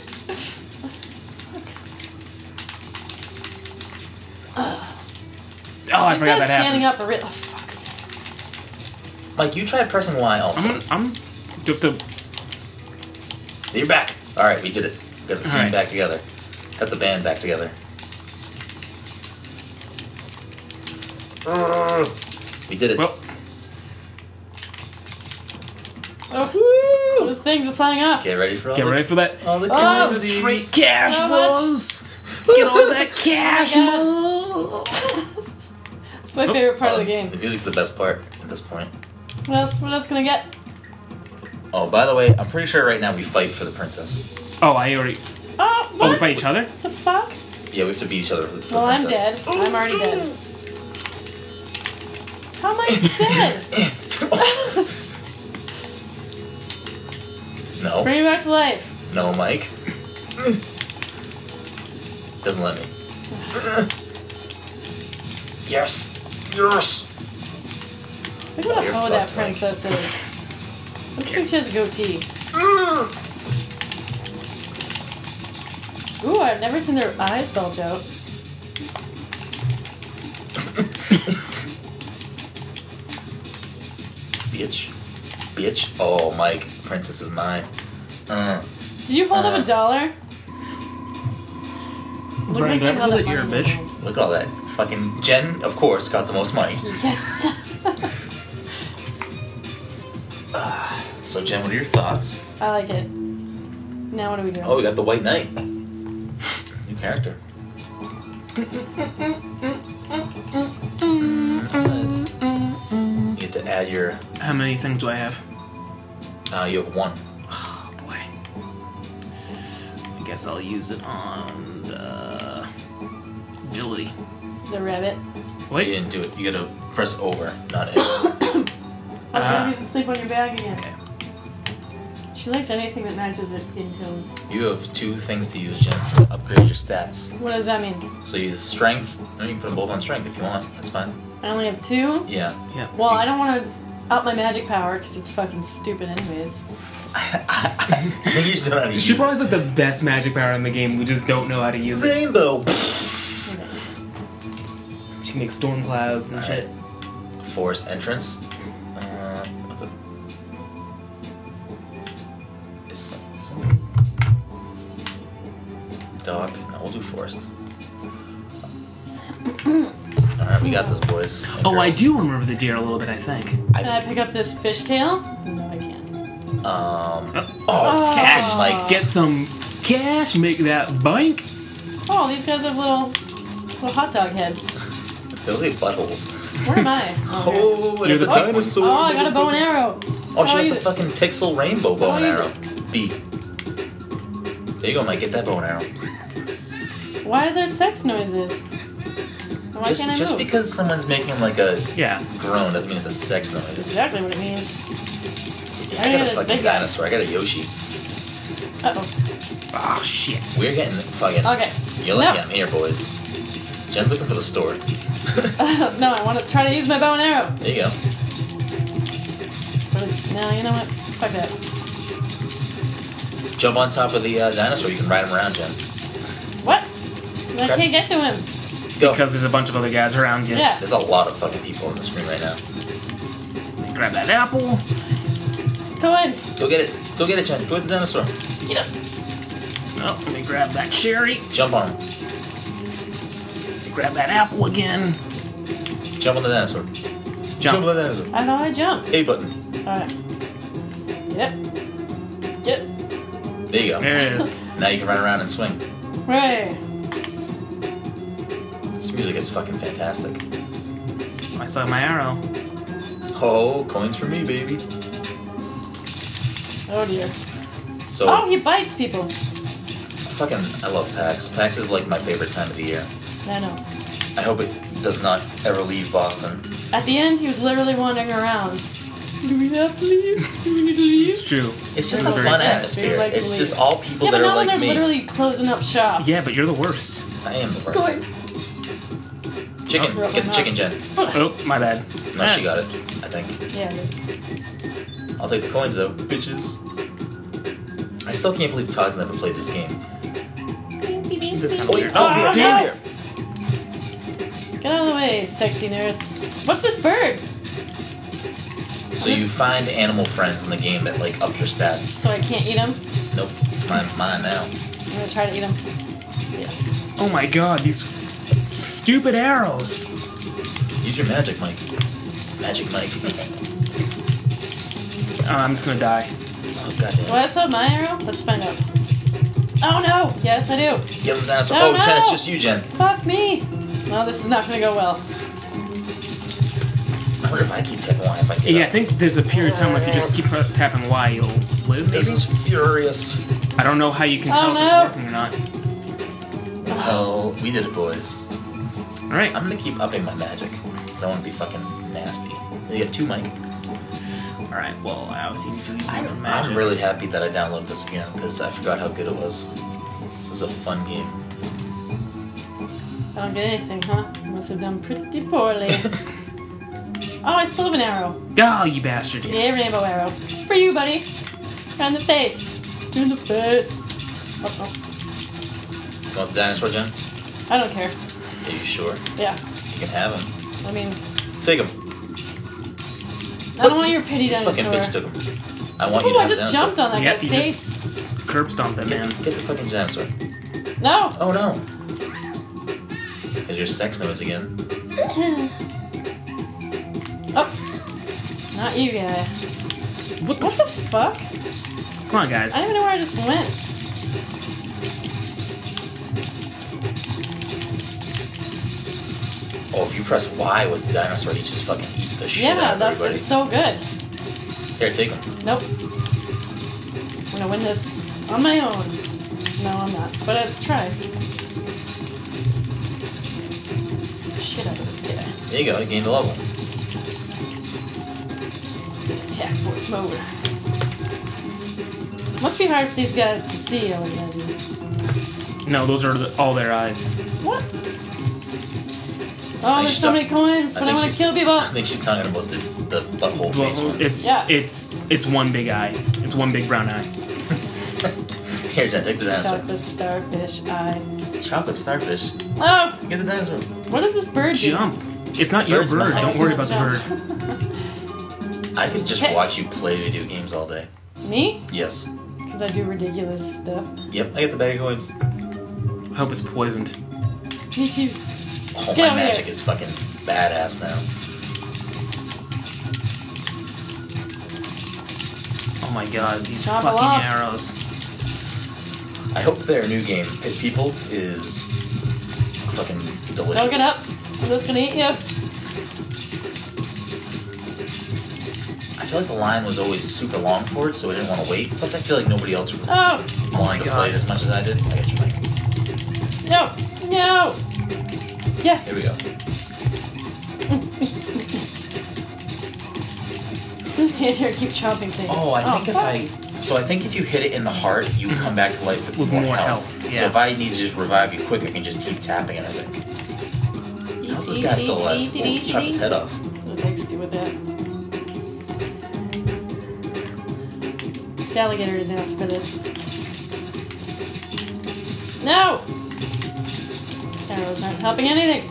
Speaker 3: oh, I
Speaker 2: This
Speaker 3: forgot
Speaker 2: guy's
Speaker 3: that happens.
Speaker 2: standing up a real. Oh, fuck.
Speaker 1: Mike, you try pressing Y also.
Speaker 3: I'm I'm do you have to
Speaker 1: You're back. All right, we did it. Got the team
Speaker 3: right.
Speaker 1: back together. Got the band back together. We did it.
Speaker 3: well
Speaker 2: Oh, so those things are flying off.
Speaker 1: get ready for all
Speaker 3: get
Speaker 1: the,
Speaker 3: ready for that.
Speaker 1: all the
Speaker 2: Oh,
Speaker 1: crazies.
Speaker 3: Straight cash,
Speaker 2: How much? Oh
Speaker 3: Rose. Get all that cash, Mo.
Speaker 2: It's my favorite part
Speaker 1: Oh,
Speaker 2: of the
Speaker 3: uh,
Speaker 2: game.
Speaker 1: The music's the best part at this point.
Speaker 2: What else? What else can I get?
Speaker 1: Oh, by the way, I'm pretty sure right now we fight for the princess.
Speaker 3: Oh, I already.
Speaker 2: Oh,
Speaker 3: Oh, we
Speaker 2: what
Speaker 3: fight each other.
Speaker 2: the fuck?
Speaker 1: Yeah, we have to beat each other for the, for
Speaker 2: Well,
Speaker 1: the
Speaker 2: I'm dead.
Speaker 1: princess.
Speaker 2: I'm already dead. How am I dead?
Speaker 1: No,
Speaker 2: Bring me back to life.
Speaker 1: no, Mike. Doesn't let me. yes, yes.
Speaker 2: Look what
Speaker 1: You're
Speaker 2: a hoe that
Speaker 1: fucked, Mike.
Speaker 2: princess is. Looks like she has a goatee.
Speaker 1: Mm.
Speaker 2: Ooh, I've never seen their eyes bulge out.
Speaker 1: Bitch. Bitch. Oh, Mike. Princess is mine. Uh,
Speaker 2: Did you hold up a dollar? Look
Speaker 3: Brian,
Speaker 2: like
Speaker 3: did
Speaker 2: you
Speaker 3: I ever
Speaker 2: held
Speaker 3: tell
Speaker 2: up
Speaker 3: that you're a
Speaker 2: money in
Speaker 3: bitch?
Speaker 2: your hand.
Speaker 1: look at all that. Fucking Jen, of course, got the most money.
Speaker 2: Yes.
Speaker 1: So, Jen, what are your thoughts?
Speaker 2: I like it. Now what do we do?
Speaker 1: Oh, we got the White Knight. New character. You get to add your.
Speaker 3: How many things do I have?
Speaker 1: Uh, you have one.
Speaker 3: Boy. I guess I'll use it on the agility.
Speaker 2: The rabbit.
Speaker 1: You
Speaker 3: Wait.
Speaker 1: didn't do it. You gotta press over, not it.
Speaker 2: I was
Speaker 1: Uh,
Speaker 3: Ah.
Speaker 2: gonna use to sleep on your bag again.
Speaker 3: Okay.
Speaker 2: She likes anything that matches her skin tone.
Speaker 1: you have two things to use, Jen, to upgrade your stats.
Speaker 2: What does that mean?
Speaker 1: So, you use strength. No, you can put them both on strength if you want. That's fine.
Speaker 2: I only have two?
Speaker 1: Yeah.
Speaker 3: Yeah.
Speaker 2: Well, I don't want to up my magic power because it's fucking stupid, anyways.
Speaker 1: I think you just don't know how to use
Speaker 3: She
Speaker 1: it.
Speaker 3: probably has like the best magic power in the game. We just don't know how to use it.
Speaker 1: Rainbow.
Speaker 3: She can make storm clouds and shit.
Speaker 1: Forest entrance. Uh, what the? Is some, is some dog? No, we'll do forest. All right, we got this, boys. and
Speaker 3: Oh, I
Speaker 1: girls.
Speaker 3: do remember the deer a little bit. I think.
Speaker 2: Can I pick up this fishtail? No, I can't.
Speaker 6: Um,
Speaker 3: Oh,
Speaker 6: cash, like
Speaker 3: get some cash, make that bank.
Speaker 2: Oh, these guys have little, little hot dog heads.
Speaker 1: Those are buttholes.
Speaker 2: Where am I? Oh, here.
Speaker 1: Oh, you're the dinosaur.
Speaker 2: Oh, I got a bow and arrow.
Speaker 1: Oh, she
Speaker 2: How
Speaker 1: got
Speaker 2: you-
Speaker 1: the fucking pixel rainbow bow
Speaker 2: How
Speaker 1: and
Speaker 2: you-
Speaker 1: arrow. B. There you go, Mike. Get that bow and arrow.
Speaker 2: Why are there sex noises? Why
Speaker 1: just
Speaker 2: can't I
Speaker 1: just
Speaker 2: move?
Speaker 1: because someone's making like a
Speaker 3: Yeah.
Speaker 1: groan doesn't mean it's a sex
Speaker 2: That's
Speaker 1: noise.
Speaker 2: exactly what it
Speaker 1: I
Speaker 2: means. Yeah,
Speaker 1: got a
Speaker 2: that's
Speaker 1: fucking
Speaker 2: big guy.
Speaker 1: dinosaur. I got a Yoshi.
Speaker 2: Uh oh.
Speaker 3: Oh shit.
Speaker 1: We're getting fucking.
Speaker 2: Okay.
Speaker 1: You're lucky
Speaker 2: No.
Speaker 1: I'm here, boys. Jen's looking for the store.
Speaker 2: no, I want to try to use my bow and arrow.
Speaker 1: There you go.
Speaker 2: But it's, no, you know what? Fuck that.
Speaker 1: Jump on top of the uh, dinosaur. You can ride him around, Jen.
Speaker 2: What? I
Speaker 1: Okay.
Speaker 2: can't get to him.
Speaker 1: Go.
Speaker 3: Because there's a bunch of other guys around you.
Speaker 2: Yeah.
Speaker 1: There's a lot of fucking people on the screen right now.
Speaker 3: Grab that apple.
Speaker 2: Coins.
Speaker 1: Go get it. Go get it, Jen. Go get the dinosaur.
Speaker 2: Get up.
Speaker 3: Oh, let me grab that cherry.
Speaker 1: Jump on him.
Speaker 3: Grab that apple again.
Speaker 1: Jump on the dinosaur. Jump on
Speaker 3: Jump.
Speaker 1: the dinosaur.
Speaker 2: I know I jump.
Speaker 1: A button.
Speaker 2: Alright. Yep. Yep.
Speaker 1: There you go.
Speaker 3: There it is.
Speaker 1: Now you can run around and swing.
Speaker 2: Right.
Speaker 1: This music is fucking fantastic.
Speaker 3: I saw my arrow.
Speaker 1: Oh, coins for me, baby.
Speaker 2: Oh dear.
Speaker 1: So
Speaker 2: Oh, he bites people.
Speaker 1: fucking, I love PAX. PAX is like my favorite time of the year.
Speaker 2: I know.
Speaker 1: I hope it does not ever leave Boston.
Speaker 2: At the end, he was literally wandering around. Do we have to leave? Do we need to leave?
Speaker 3: It's true.
Speaker 1: It's just a
Speaker 3: Very
Speaker 1: fun
Speaker 3: sad.
Speaker 1: atmosphere.
Speaker 2: Very likely.
Speaker 1: It's just all people
Speaker 2: Yeah,
Speaker 1: that are
Speaker 2: but now when
Speaker 1: like
Speaker 2: they're
Speaker 1: me.
Speaker 2: literally closing up shop.
Speaker 3: Yeah, but you're the worst.
Speaker 1: I am the worst. Chicken,
Speaker 2: Oh.
Speaker 1: get the chicken, Jen.
Speaker 3: Oh, my bad. Ah,
Speaker 1: No, she got it. I think.
Speaker 2: Yeah.
Speaker 1: I'll take the coins though, bitches. I still can't believe Todd's never played this game.
Speaker 3: She just kinda
Speaker 1: Oh,
Speaker 3: weird.
Speaker 1: you're out here.
Speaker 2: Damn
Speaker 1: here.
Speaker 2: Get out of the way, sexy nurse. What's this bird?
Speaker 1: So you find animal friends in the game that like up your stats.
Speaker 2: So I can't eat him?
Speaker 1: Nope, it's mine, mine now.
Speaker 2: I'm gonna try to eat him.
Speaker 3: Oh my god, these stupid arrows.
Speaker 1: Use your magic, Mike. Magic, Mike.
Speaker 3: Uh, I'm just gonna die.
Speaker 1: Oh goddamn.
Speaker 2: Do I still have my arrow? Let's find out. Oh no! Yes, I do.
Speaker 1: Get the dinosaur.
Speaker 2: No,
Speaker 1: oh, Jen, it's
Speaker 2: no.
Speaker 1: just you, Jen.
Speaker 2: Fuck me! No, this is not gonna go well.
Speaker 1: I wonder if I keep tapping Y if I get
Speaker 3: Yeah, I
Speaker 1: up.
Speaker 3: think there's a period of time where if you just keep tapping Y, you'll live.
Speaker 1: This is furious.
Speaker 3: I don't know how you can
Speaker 2: Oh,
Speaker 3: tell
Speaker 2: no.
Speaker 3: if it's working or not.
Speaker 1: Well, we did it, boys.
Speaker 3: All right.
Speaker 1: I'm gonna keep upping my magic because I want to be fucking nasty. You get two, Mike.
Speaker 3: All right. Well, I obviously need to use one for
Speaker 1: I'm,
Speaker 3: magic.
Speaker 1: I'm really happy that I downloaded this again because I forgot how good it was. It was a fun game.
Speaker 2: I don't get anything, huh? Must have done pretty poorly. oh, I still have an arrow.
Speaker 3: Oh, you bastard.
Speaker 2: Yeah, rainbow arrow. For you, buddy. Right in the face. In the face. Oh, oh.
Speaker 1: You want the dinosaur, Jen?
Speaker 2: I don't care.
Speaker 1: Are you sure?
Speaker 2: Yeah.
Speaker 1: You can have him.
Speaker 2: I mean,
Speaker 1: Take him.
Speaker 2: I don't want your pity
Speaker 1: This fucking bitch
Speaker 2: dinosaur.
Speaker 1: took him. I want you
Speaker 2: Oh,
Speaker 1: to
Speaker 2: I
Speaker 1: have
Speaker 2: just
Speaker 1: the dinosaur.
Speaker 2: jumped on that
Speaker 3: Yep,
Speaker 2: guy's
Speaker 3: you
Speaker 2: face.
Speaker 3: just s- curb stomp that man.
Speaker 1: Get, get the fucking dinosaur.
Speaker 2: No!
Speaker 1: Oh no. There's your sex noise again.
Speaker 2: Oh. Not you, guy.
Speaker 3: What the
Speaker 2: What the fuck?
Speaker 3: Come on, guys.
Speaker 2: I don't even know where I just went.
Speaker 1: Oh, if you press Y with the dinosaur, he just fucking eats the shit out
Speaker 2: Yeah,
Speaker 1: of
Speaker 2: that's
Speaker 1: everybody.
Speaker 2: it's so good.
Speaker 1: Here, take him.
Speaker 2: Nope. I'm gonna win this on my own. No, I'm not. But I've tried. Shit out of this guy.
Speaker 1: There you go. You gained a level.
Speaker 2: Just in attack force mode. Must be hard for these guys to see all the idea.
Speaker 3: No, those are the, all their eyes.
Speaker 2: What? Oh,
Speaker 1: think
Speaker 2: there's
Speaker 1: she
Speaker 2: so
Speaker 1: saw-
Speaker 2: many coins,
Speaker 1: I
Speaker 2: but I
Speaker 1: think
Speaker 2: want to
Speaker 1: she-
Speaker 2: kill people.
Speaker 1: I think she's talking about the, the butthole
Speaker 3: Well,
Speaker 1: face ones.
Speaker 3: it's
Speaker 2: Yeah.
Speaker 3: it's it's one big eye. It's one big brown eye.
Speaker 1: Here, Jen, take the dinosaur.
Speaker 2: Chocolate starfish eye.
Speaker 1: Chocolate starfish.
Speaker 2: Oh,
Speaker 1: Get the dinosaur.
Speaker 2: what does this bird do?
Speaker 3: Jump. It's not
Speaker 1: The
Speaker 3: your
Speaker 1: bird's
Speaker 3: bird.
Speaker 1: behind
Speaker 3: Don't
Speaker 1: you.
Speaker 3: worry about the bird.
Speaker 1: I could just
Speaker 2: Okay.
Speaker 1: watch you play video games all day.
Speaker 2: Me?
Speaker 1: Yes.
Speaker 2: Because I do ridiculous stuff.
Speaker 1: Yep, I get the bag of coins.
Speaker 3: I hope it's poisoned.
Speaker 2: Me too.
Speaker 1: Oh,
Speaker 2: Get
Speaker 1: my
Speaker 2: over here.
Speaker 1: magic is fucking badass now.
Speaker 3: Oh my god, these
Speaker 2: Chop 'em
Speaker 3: fucking
Speaker 2: up.
Speaker 3: arrows.
Speaker 1: I hope their new game, Pit People, is fucking delicious.
Speaker 2: Don't get up. I'm just gonna eat you.
Speaker 1: I feel like the line was always super long for it, so I didn't want to wait. Plus, I feel like nobody else really
Speaker 2: Oh
Speaker 1: wanted to
Speaker 3: God.
Speaker 1: play it as much as I did. I got you, Mike.
Speaker 2: no, no. Yes.
Speaker 1: Here we go.
Speaker 2: Just stand here and keep chomping things.
Speaker 1: Oh, I think if
Speaker 2: fuck.
Speaker 1: I. So I think if you hit it in the heart, you come back to life with,
Speaker 3: With
Speaker 1: more,
Speaker 3: more
Speaker 1: health.
Speaker 3: health,
Speaker 1: So
Speaker 3: yeah.
Speaker 1: if I need to just revive you quick, I can just keep tapping it. I think. How's this guy still alive? We'll chop his head off.
Speaker 2: What the eggs do with it? This alligator didn't ask for this. No! Arrows aren't helping anything.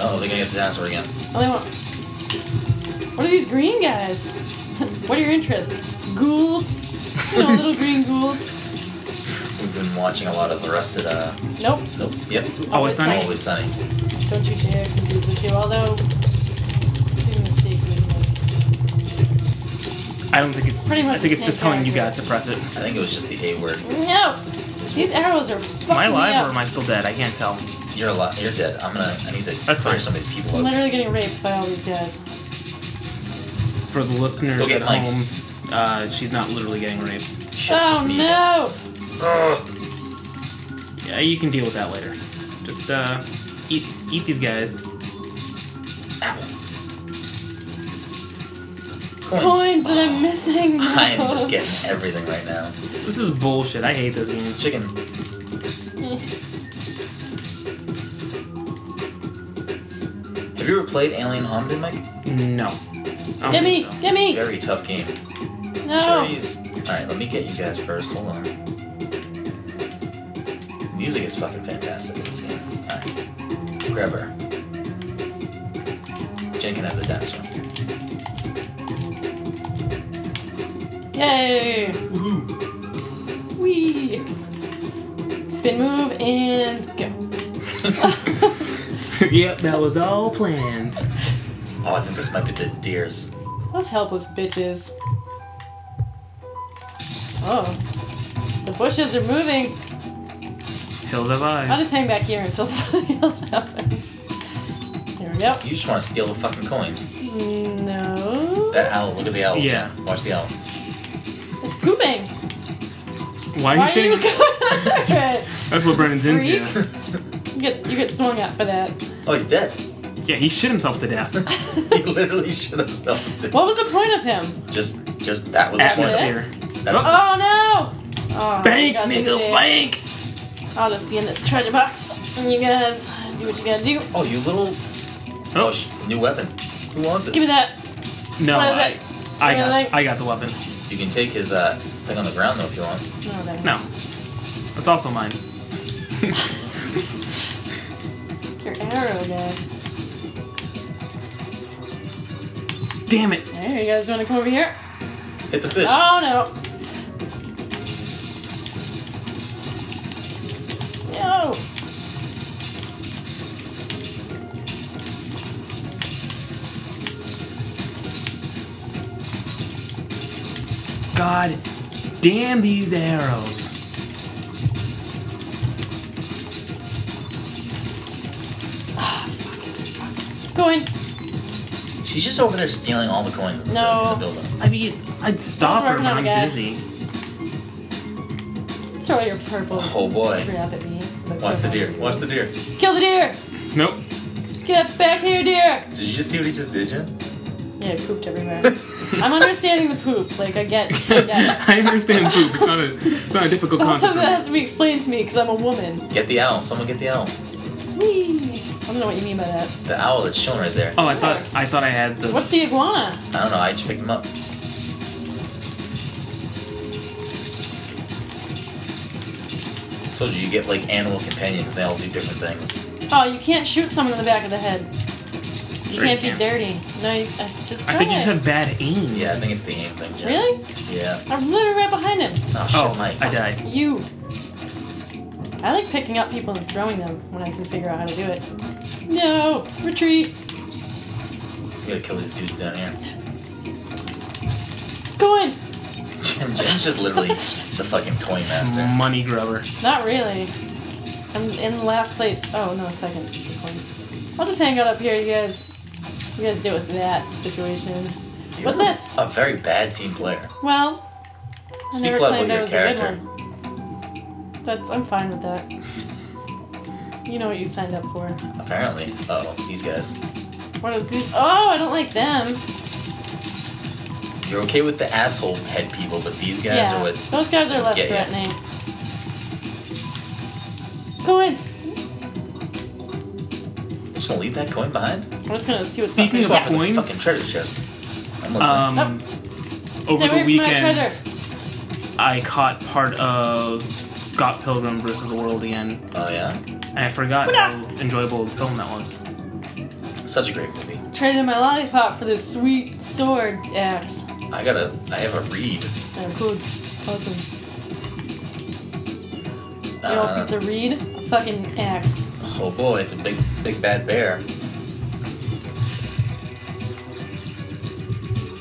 Speaker 1: Oh, they're gonna get the dinosaur again.
Speaker 2: Oh, they won't. What are these green guys? what are your interests? Ghouls? You know, little green ghouls?
Speaker 1: We've been watching a lot of the rusted. Uh,
Speaker 2: Nope.
Speaker 1: nope. Yep.
Speaker 2: Always
Speaker 3: Sunny?
Speaker 1: Always sunny.
Speaker 2: Don't you dare confuse the two, although. it's a mistake we made.
Speaker 3: I don't think it's.
Speaker 2: Pretty much
Speaker 3: I think
Speaker 2: the
Speaker 3: it's just
Speaker 2: same
Speaker 3: telling you guys
Speaker 2: characters.
Speaker 3: to press it.
Speaker 1: I think it was just the A word.
Speaker 2: No! These arrows are fucking
Speaker 3: Am I
Speaker 2: me up.
Speaker 3: alive or am I still dead? I can't tell.
Speaker 1: You're a lot. You're dead. I'm gonna. I need to
Speaker 3: That's
Speaker 1: clear
Speaker 3: fine.
Speaker 1: some of these people
Speaker 2: I'm
Speaker 1: out.
Speaker 2: literally getting raped by all these guys.
Speaker 3: For the listeners
Speaker 1: Go get
Speaker 3: at
Speaker 1: Mike.
Speaker 3: home, uh, she's not literally getting raped.
Speaker 1: Shit,
Speaker 2: Oh
Speaker 1: just the-
Speaker 2: no!
Speaker 3: Yeah, you can deal with that later. Just uh, eat eat these guys.
Speaker 1: Coins.
Speaker 2: Coins that I'm missing.
Speaker 1: Oh. I am just getting everything right now.
Speaker 3: This is bullshit. I hate this game.
Speaker 1: Chicken. Have you ever played Alien Hominid, Mike?
Speaker 3: No. I don't
Speaker 2: Get me!
Speaker 3: think so.
Speaker 2: Get me!
Speaker 1: Very tough game.
Speaker 2: No!
Speaker 1: Cherries. Alright, let me get you guys first. Hold on. Music is fucking fantastic in this game. Alright. Grab her. Jen can have the dinosaur.
Speaker 2: Yay! Wee! Spin move and go.
Speaker 3: yep, that was all planned.
Speaker 1: Oh, I think this might be the deers.
Speaker 2: Those helpless bitches. Oh. The bushes are moving.
Speaker 3: Hills have
Speaker 2: I'll just
Speaker 3: eyes.
Speaker 2: hang back here until something else happens. Here we go.
Speaker 1: You just want to steal the fucking coins.
Speaker 2: No.
Speaker 1: That owl, look at the owl.
Speaker 3: Yeah.
Speaker 1: Jen. Watch the owl.
Speaker 2: It's pooping.
Speaker 3: Why
Speaker 2: Why
Speaker 3: are you
Speaker 2: are you
Speaker 3: saying?
Speaker 2: going after it?
Speaker 3: That's what Brennan's
Speaker 2: Freak.
Speaker 3: into.
Speaker 2: You get, you get swung at for that.
Speaker 1: Oh, he's dead.
Speaker 3: Yeah, he shit himself to death.
Speaker 1: he literally shit himself.
Speaker 2: What was the point of him?
Speaker 1: Just, just that was
Speaker 3: Atmosphere.
Speaker 1: the point. That's what
Speaker 2: Oh no! Oh, you
Speaker 3: Bank,
Speaker 2: guys are
Speaker 3: nigga,
Speaker 2: dicks.
Speaker 3: bank.
Speaker 2: I'll just be in this treasure box, and you guys do what you gotta do.
Speaker 1: Oh, you little.
Speaker 3: Oh,
Speaker 1: Oh, sh- new weapon. Who wants it?
Speaker 2: Give me that.
Speaker 3: no,
Speaker 2: What is
Speaker 3: I,
Speaker 2: it?
Speaker 3: I
Speaker 2: What is
Speaker 3: got,
Speaker 2: it?
Speaker 3: I got the weapon.
Speaker 1: You can take his uh, thing on the ground though if you want.
Speaker 2: No, that
Speaker 3: No, that's also mine.
Speaker 2: Your arrow guy.
Speaker 3: Damn it!
Speaker 2: There, you guys wanna come over here?
Speaker 1: Hit the fish.
Speaker 2: Oh no! No!
Speaker 3: God, damn these arrows.
Speaker 2: Go in.
Speaker 1: She's just over there stealing all the coins in the,
Speaker 2: No.
Speaker 1: in the building.
Speaker 3: I mean, I'd stop
Speaker 2: That's where
Speaker 3: her when
Speaker 2: I'm
Speaker 3: I'm
Speaker 2: gonna
Speaker 3: busy.
Speaker 2: Throw your purple
Speaker 1: Oh boy.
Speaker 2: crap at me.
Speaker 1: Watch the deer. Watch the deer.
Speaker 2: Kill the deer!
Speaker 3: Nope.
Speaker 2: Get back here, deer!
Speaker 1: Did you just see what he just did, Jen?
Speaker 2: Yeah, it pooped everywhere. I'm understanding the poop. Like, I get, I get it.
Speaker 3: I understand poop. It's not a, it's not a difficult
Speaker 2: It's not
Speaker 3: concept.
Speaker 2: something that
Speaker 3: for me.
Speaker 2: has to be explained to me because I'm a woman.
Speaker 1: Get the owl. Someone get the owl.
Speaker 2: Whee! I don't know what you mean by that.
Speaker 1: The owl that's shown right there.
Speaker 3: Oh, I thought I thought I had the.
Speaker 2: What's the iguana?
Speaker 1: I don't know. I just picked him up. Told you, you get like animal companions. They all do different things.
Speaker 2: Oh, you can't shoot someone in the back of the head. You
Speaker 3: Sure you
Speaker 2: can't
Speaker 3: can.
Speaker 2: be dirty. No, you uh, just.
Speaker 3: I
Speaker 2: try
Speaker 3: think you just
Speaker 2: it.
Speaker 3: had bad aim.
Speaker 1: Yeah, I think it's the aim thing, Jen.
Speaker 2: Really?
Speaker 1: Yeah.
Speaker 2: I'm literally right behind him.
Speaker 1: Oh shit,
Speaker 3: Oh,
Speaker 1: Mike.
Speaker 3: I died.
Speaker 2: You. I like picking up people and throwing them when I can figure out how to do it. No, retreat.
Speaker 1: We gotta kill these dudes down here.
Speaker 2: going?
Speaker 1: Jen Jen's just literally the fucking toy master.
Speaker 3: Money grubber.
Speaker 2: Not really. I'm in last place. Oh no, second points. I'll just hang out up here, you guys. You guys deal with that situation. What's this?
Speaker 1: A very bad team player.
Speaker 2: Well, I
Speaker 1: Speaks
Speaker 2: never
Speaker 1: a lot about
Speaker 2: claimed I
Speaker 1: your
Speaker 2: was a
Speaker 1: character.
Speaker 2: good one. That's I'm fine with that. You know what you signed up for.
Speaker 1: Apparently. Uh oh, these guys.
Speaker 2: What is these? Oh, I don't like them.
Speaker 1: You're okay with the asshole head people, but these guys
Speaker 2: yeah,
Speaker 1: are what
Speaker 2: those guys are less
Speaker 1: get ya.
Speaker 2: threatening. Coins.
Speaker 1: You're just gonna leave that coin behind?
Speaker 2: I'm just gonna see what's
Speaker 3: Speaking
Speaker 2: up.
Speaker 3: of
Speaker 2: there.
Speaker 1: For the
Speaker 3: coins,
Speaker 1: fucking treasure chest. I'm listening.
Speaker 3: um,
Speaker 2: Stay
Speaker 3: over the
Speaker 2: away from my
Speaker 3: weekend,
Speaker 2: treasure.
Speaker 3: I caught part of Scott Pilgrim versus the World again,
Speaker 1: oh yeah.
Speaker 3: and I forgot how enjoyable a film that was.
Speaker 1: Such a great movie.
Speaker 2: Traded in my lollipop for this sweet sword axe.
Speaker 1: I gotta I have a read.
Speaker 2: Oh, cool. Awesome. You know,
Speaker 1: Uh,
Speaker 2: it's a reed, a fucking axe.
Speaker 1: oh boy, it's a big big bad bear.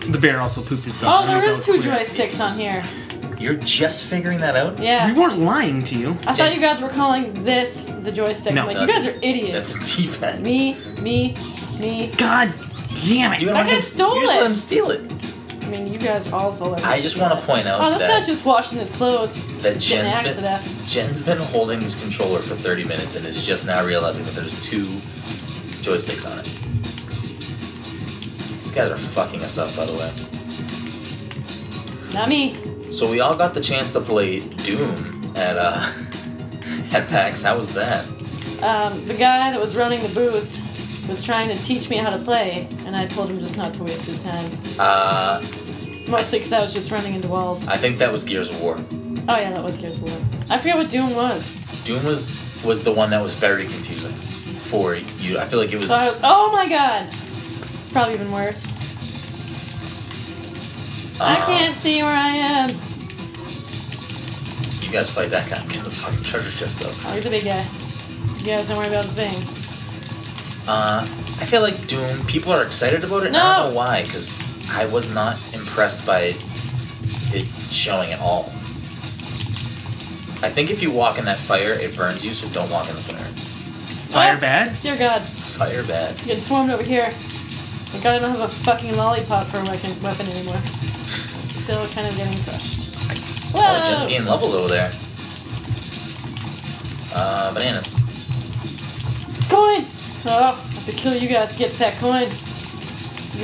Speaker 3: The bear also pooped itself.
Speaker 2: Oh,
Speaker 3: I don't
Speaker 2: there
Speaker 3: know
Speaker 2: is
Speaker 3: if that
Speaker 2: two
Speaker 3: was clear.
Speaker 2: joysticks on here.
Speaker 1: You're just figuring that out?
Speaker 2: Yeah.
Speaker 3: We weren't lying to you.
Speaker 2: I thought you guys were calling this the joystick.
Speaker 3: No,
Speaker 2: I'm like,
Speaker 1: no,
Speaker 2: you
Speaker 1: that's-
Speaker 2: guys are idiots.
Speaker 1: That's a T pad.
Speaker 2: Me, me, me.
Speaker 3: God damn it!
Speaker 1: You
Speaker 2: That guy stole
Speaker 1: you just
Speaker 2: it.
Speaker 1: let him steal it.
Speaker 2: I mean, you guys also are.
Speaker 1: I just want to point out
Speaker 2: Oh, this guy's
Speaker 1: that,
Speaker 2: just washing his clothes.
Speaker 1: that
Speaker 2: Getting an
Speaker 1: Jen's
Speaker 2: axe to
Speaker 1: been,
Speaker 2: that.
Speaker 1: Jen's been holding this controller for 30 minutes and is just now realizing that there's two joysticks on it. These guys are fucking us up, by the way.
Speaker 2: Not me.
Speaker 1: So we all got the chance to play Doom at uh at PAX. How was that?
Speaker 2: Um, the guy that was running the booth was trying to teach me how to play, and I told him just not to waste his time.
Speaker 1: Uh,
Speaker 2: Mostly because I was just running into walls.
Speaker 1: I think that was Gears of War.
Speaker 2: Oh yeah, that was Gears of War. I forget what Doom was.
Speaker 1: Doom was was the one that was very confusing for you. I feel like it was.
Speaker 2: So I was, oh my god! It's probably even worse. I
Speaker 1: uh,
Speaker 2: can't see where I am.
Speaker 1: You guys fight that guy. Get this fucking treasure chest though.
Speaker 2: Oh, he's a big guy. You guys don't worry about the thing.
Speaker 1: Uh, I feel like Doom. People are excited about it. and I
Speaker 2: No.
Speaker 1: don't know why, because I was not impressed by it showing at all. I think if you walk in that fire, it burns you, so don't walk in the fire.
Speaker 3: Fire bad.
Speaker 2: Oh, Dear God,
Speaker 1: Fire bad.
Speaker 2: I'm getting swarmed over here. Thank God I don't have a fucking lollipop for a weapon, weapon anymore. Still kind of getting crushed. Whoa!
Speaker 1: Oh, Jen's gaining levels over there. Uh, bananas.
Speaker 2: coin! Oh, I have to kill you guys to get to that coin.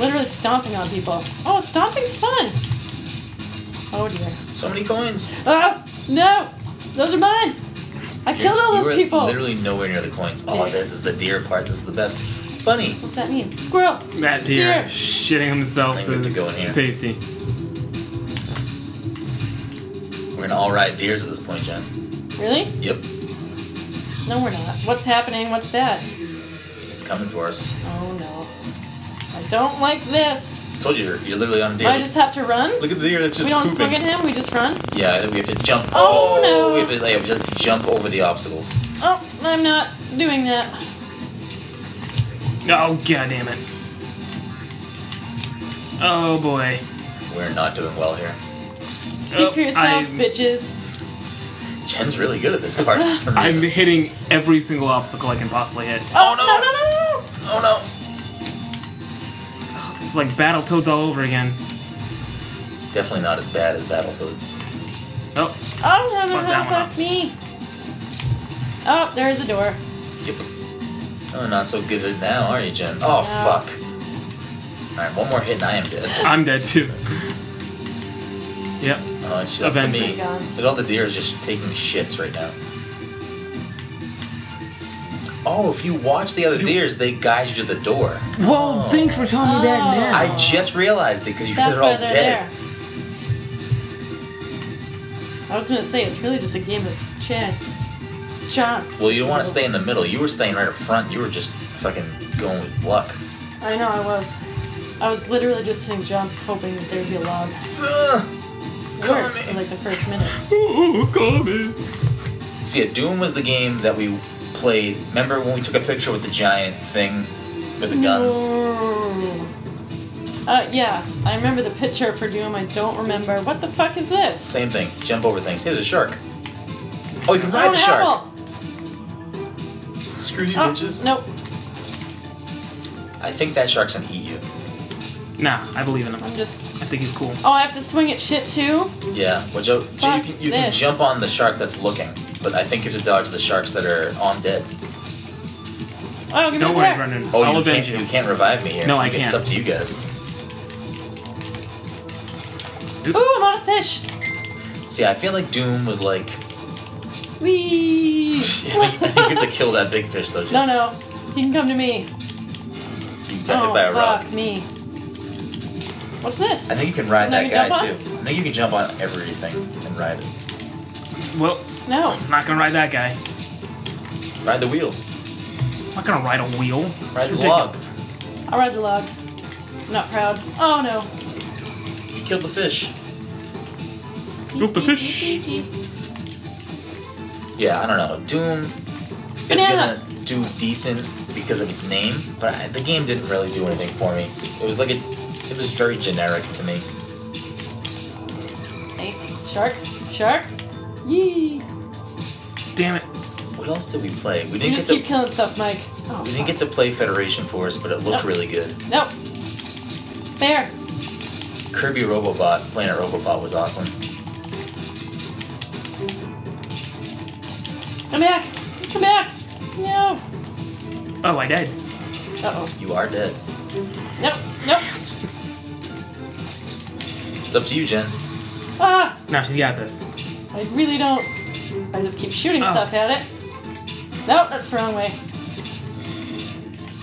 Speaker 2: Literally stomping on people. Oh, stomping's fun! Oh dear.
Speaker 1: So many coins.
Speaker 2: Ah! No! Those are mine! I killed all
Speaker 1: You
Speaker 2: those
Speaker 1: were
Speaker 2: people!
Speaker 1: Literally nowhere near the coins. Oh,
Speaker 2: Deer.
Speaker 1: this is the deer part. This is the best. Bunny.
Speaker 2: What does that mean? Squirrel!
Speaker 3: That deer
Speaker 2: Deer.
Speaker 3: shitting himself
Speaker 1: I
Speaker 3: to,
Speaker 1: think we have to go in here.
Speaker 3: safety.
Speaker 1: We're gonna all ride deers at this point, Jen.
Speaker 2: Really?
Speaker 1: Yep.
Speaker 2: No, we're not. What's happening? What's that?
Speaker 1: It's coming for us.
Speaker 2: Oh no. I don't like this.
Speaker 1: Told you, you're, you're literally on a
Speaker 2: Do
Speaker 1: deer.
Speaker 2: I just have to run?
Speaker 1: Look at the deer that's just
Speaker 2: we don't swing
Speaker 1: pooping.
Speaker 2: at him, we just run.
Speaker 1: Yeah, I think we have to jump.
Speaker 2: Oh, no.
Speaker 1: We have to like, just jump over the obstacles.
Speaker 2: Oh, I'm not doing that.
Speaker 3: Oh god damn it! Oh boy.
Speaker 1: We're not doing well here.
Speaker 2: Speak
Speaker 3: Oh,
Speaker 2: for yourself,
Speaker 3: I'm-
Speaker 2: bitches.
Speaker 1: Jen's really good at this part for some
Speaker 3: I'm
Speaker 1: reason.
Speaker 3: hitting every single obstacle I can possibly hit.
Speaker 2: Oh,
Speaker 1: no.
Speaker 2: no, no, no!
Speaker 1: oh no.
Speaker 3: This is like Battletoads all over again.
Speaker 1: Definitely not as bad as Battletoads.
Speaker 3: Oh,
Speaker 2: Oh no no
Speaker 3: Fuck that
Speaker 2: no!
Speaker 3: one
Speaker 2: Fuck me! Oh, there's a door.
Speaker 1: Yep. Oh, not so good at now, are you, Jen? Oh,
Speaker 2: No.
Speaker 1: fuck. Alright, one more hit and I am dead.
Speaker 3: I'm dead too. Yep.
Speaker 1: Oh, it's up to
Speaker 3: Event.
Speaker 1: me.
Speaker 2: Oh my
Speaker 1: But all the deer is just taking shits right now. Oh, if you watch the other deers, they guide you to the door.
Speaker 3: Well,
Speaker 1: Oh.
Speaker 3: thanks for telling me that now.
Speaker 1: I just realized it because you guys
Speaker 2: That's
Speaker 1: are all
Speaker 2: why they're
Speaker 1: dead.
Speaker 2: there. I was gonna say it's really just a game of chance. Chance.
Speaker 1: Well, you don't want to stay in the middle. You were staying right up front. You were just fucking going with luck.
Speaker 2: I know I was. I was literally just hitting jump, hoping that there'd be a log. It worked for like the first minute.
Speaker 3: oh, coming.
Speaker 1: See, yeah, Doom was the game that we played. Remember when we took a picture with the giant thing with the guns?
Speaker 2: Ooh. Uh, yeah, I remember the picture for Doom. I don't remember. What the fuck is this?
Speaker 1: Same thing. Jump over things. Here's a shark. Oh, you can ride
Speaker 2: Oh,
Speaker 1: the
Speaker 2: an
Speaker 1: shark.
Speaker 2: owl.
Speaker 1: Screw you,
Speaker 2: Oh,
Speaker 1: bitches.
Speaker 2: nope.
Speaker 1: I think that shark's gonna eat you.
Speaker 3: Nah, I believe in him.
Speaker 2: I'm
Speaker 3: I
Speaker 2: just.
Speaker 3: think he's cool.
Speaker 2: Oh, I have to swing at shit too? Oh,
Speaker 1: Yeah. Well, Joe, Joe you,
Speaker 2: Fuck
Speaker 1: can, you can
Speaker 2: this.
Speaker 1: jump on the shark that's looking, but I think you have to dodge the sharks that are on dead.
Speaker 2: Oh, give me
Speaker 3: Don't
Speaker 2: a
Speaker 3: worry,
Speaker 2: crack.
Speaker 3: Brendan.
Speaker 1: Oh,
Speaker 3: I'll
Speaker 1: you
Speaker 3: avenge
Speaker 1: can't. You.
Speaker 3: you.
Speaker 1: can't revive me here.
Speaker 3: No, I
Speaker 1: It's
Speaker 3: can't.
Speaker 1: up to you guys.
Speaker 2: Ooh, I'm on a fish.
Speaker 1: See, I feel like Doom was like,
Speaker 2: Wee.
Speaker 1: I think you have to kill that big fish though. Jim.
Speaker 2: No, no. He can come to me.
Speaker 1: You got
Speaker 2: Oh,
Speaker 1: hit by a rock.
Speaker 2: fuck me. What's this?
Speaker 1: I think you can ride
Speaker 2: And I
Speaker 1: that guy
Speaker 2: can
Speaker 1: too.
Speaker 2: jump
Speaker 1: I think you can jump on everything and ride it.
Speaker 3: Well,
Speaker 2: No.
Speaker 3: I'm not gonna ride that guy.
Speaker 1: Ride the wheel.
Speaker 3: I'm not gonna ride a wheel.
Speaker 1: Ride
Speaker 3: It's
Speaker 1: the
Speaker 3: ridiculous.
Speaker 1: logs.
Speaker 2: I'll ride the log. I'm not proud. Oh, no.
Speaker 1: You killed the fish.
Speaker 3: Off the fish.
Speaker 1: Yeah, I don't know. Doom is
Speaker 2: Banana.
Speaker 1: gonna do decent because of its name, but I, the game didn't really do anything for me. It was like a, it was very generic to me.
Speaker 2: Hey, shark. Shark. Yee.
Speaker 3: Damn it.
Speaker 1: What else did we play? We
Speaker 2: You
Speaker 1: didn't get
Speaker 2: just
Speaker 1: to
Speaker 2: keep killing stuff, Mike. Oh,
Speaker 1: we didn't get to play Federation Force, but it looked
Speaker 2: No.
Speaker 1: really good.
Speaker 2: fuck. Nope. Bear.
Speaker 1: Kirby Robobot, Planet Robobot was awesome.
Speaker 2: Come back. Come back. No.
Speaker 3: Oh, I died.
Speaker 2: Uh-oh.
Speaker 1: You are dead.
Speaker 2: Nope. Nope.
Speaker 1: It's up to you, Jen.
Speaker 2: Ah.
Speaker 3: Now she's got this.
Speaker 2: I really don't. I just keep shooting
Speaker 3: Oh.
Speaker 2: stuff at it. Nope, that's the wrong way.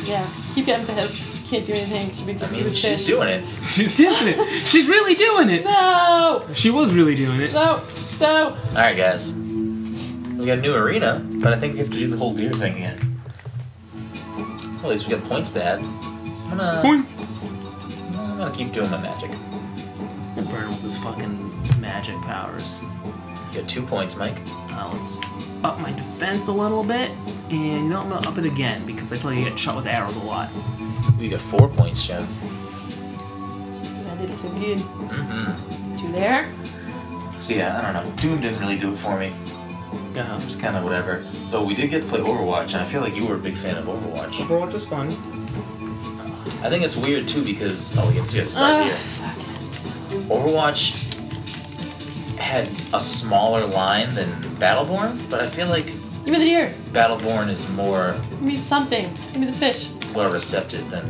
Speaker 2: Yeah, keep getting pissed. Can't do anything. It's a big
Speaker 1: I
Speaker 2: stupid
Speaker 1: mean,
Speaker 2: fish.
Speaker 1: she's doing it.
Speaker 3: She's doing it. She's really doing it.
Speaker 2: no!
Speaker 3: She was really doing it.
Speaker 2: No! No!
Speaker 1: All right, guys. We got a new arena, but I think we have to do the whole deer thing again. Well, at least we got points to add. I'm gonna,
Speaker 3: Points.
Speaker 1: I'm gonna keep doing my magic.
Speaker 3: I'm burn with his fucking magic powers.
Speaker 1: You got two points, Mike.
Speaker 3: Uh, let's up my defense a little bit, and you know I'm gonna up it again because I feel like I get shot with arrows a lot.
Speaker 1: You got four points, Jim.
Speaker 2: Because I did so good.
Speaker 1: Mm-hmm.
Speaker 2: Do there?
Speaker 1: So yeah, I don't know. Doom didn't really do it for me.
Speaker 3: Uh-huh.
Speaker 1: It was kind of whatever. Though we did get to play Overwatch, and I feel like you were a big fan of Overwatch.
Speaker 3: Overwatch is fun.
Speaker 1: I think it's weird too because oh, we have to we have to start
Speaker 2: Ah.
Speaker 1: here. Overwatch had a smaller line than Battleborn, but I feel like
Speaker 2: Give me the deer!
Speaker 1: Battleborn is more
Speaker 2: Give me something. Give me the fish.
Speaker 1: well receptive than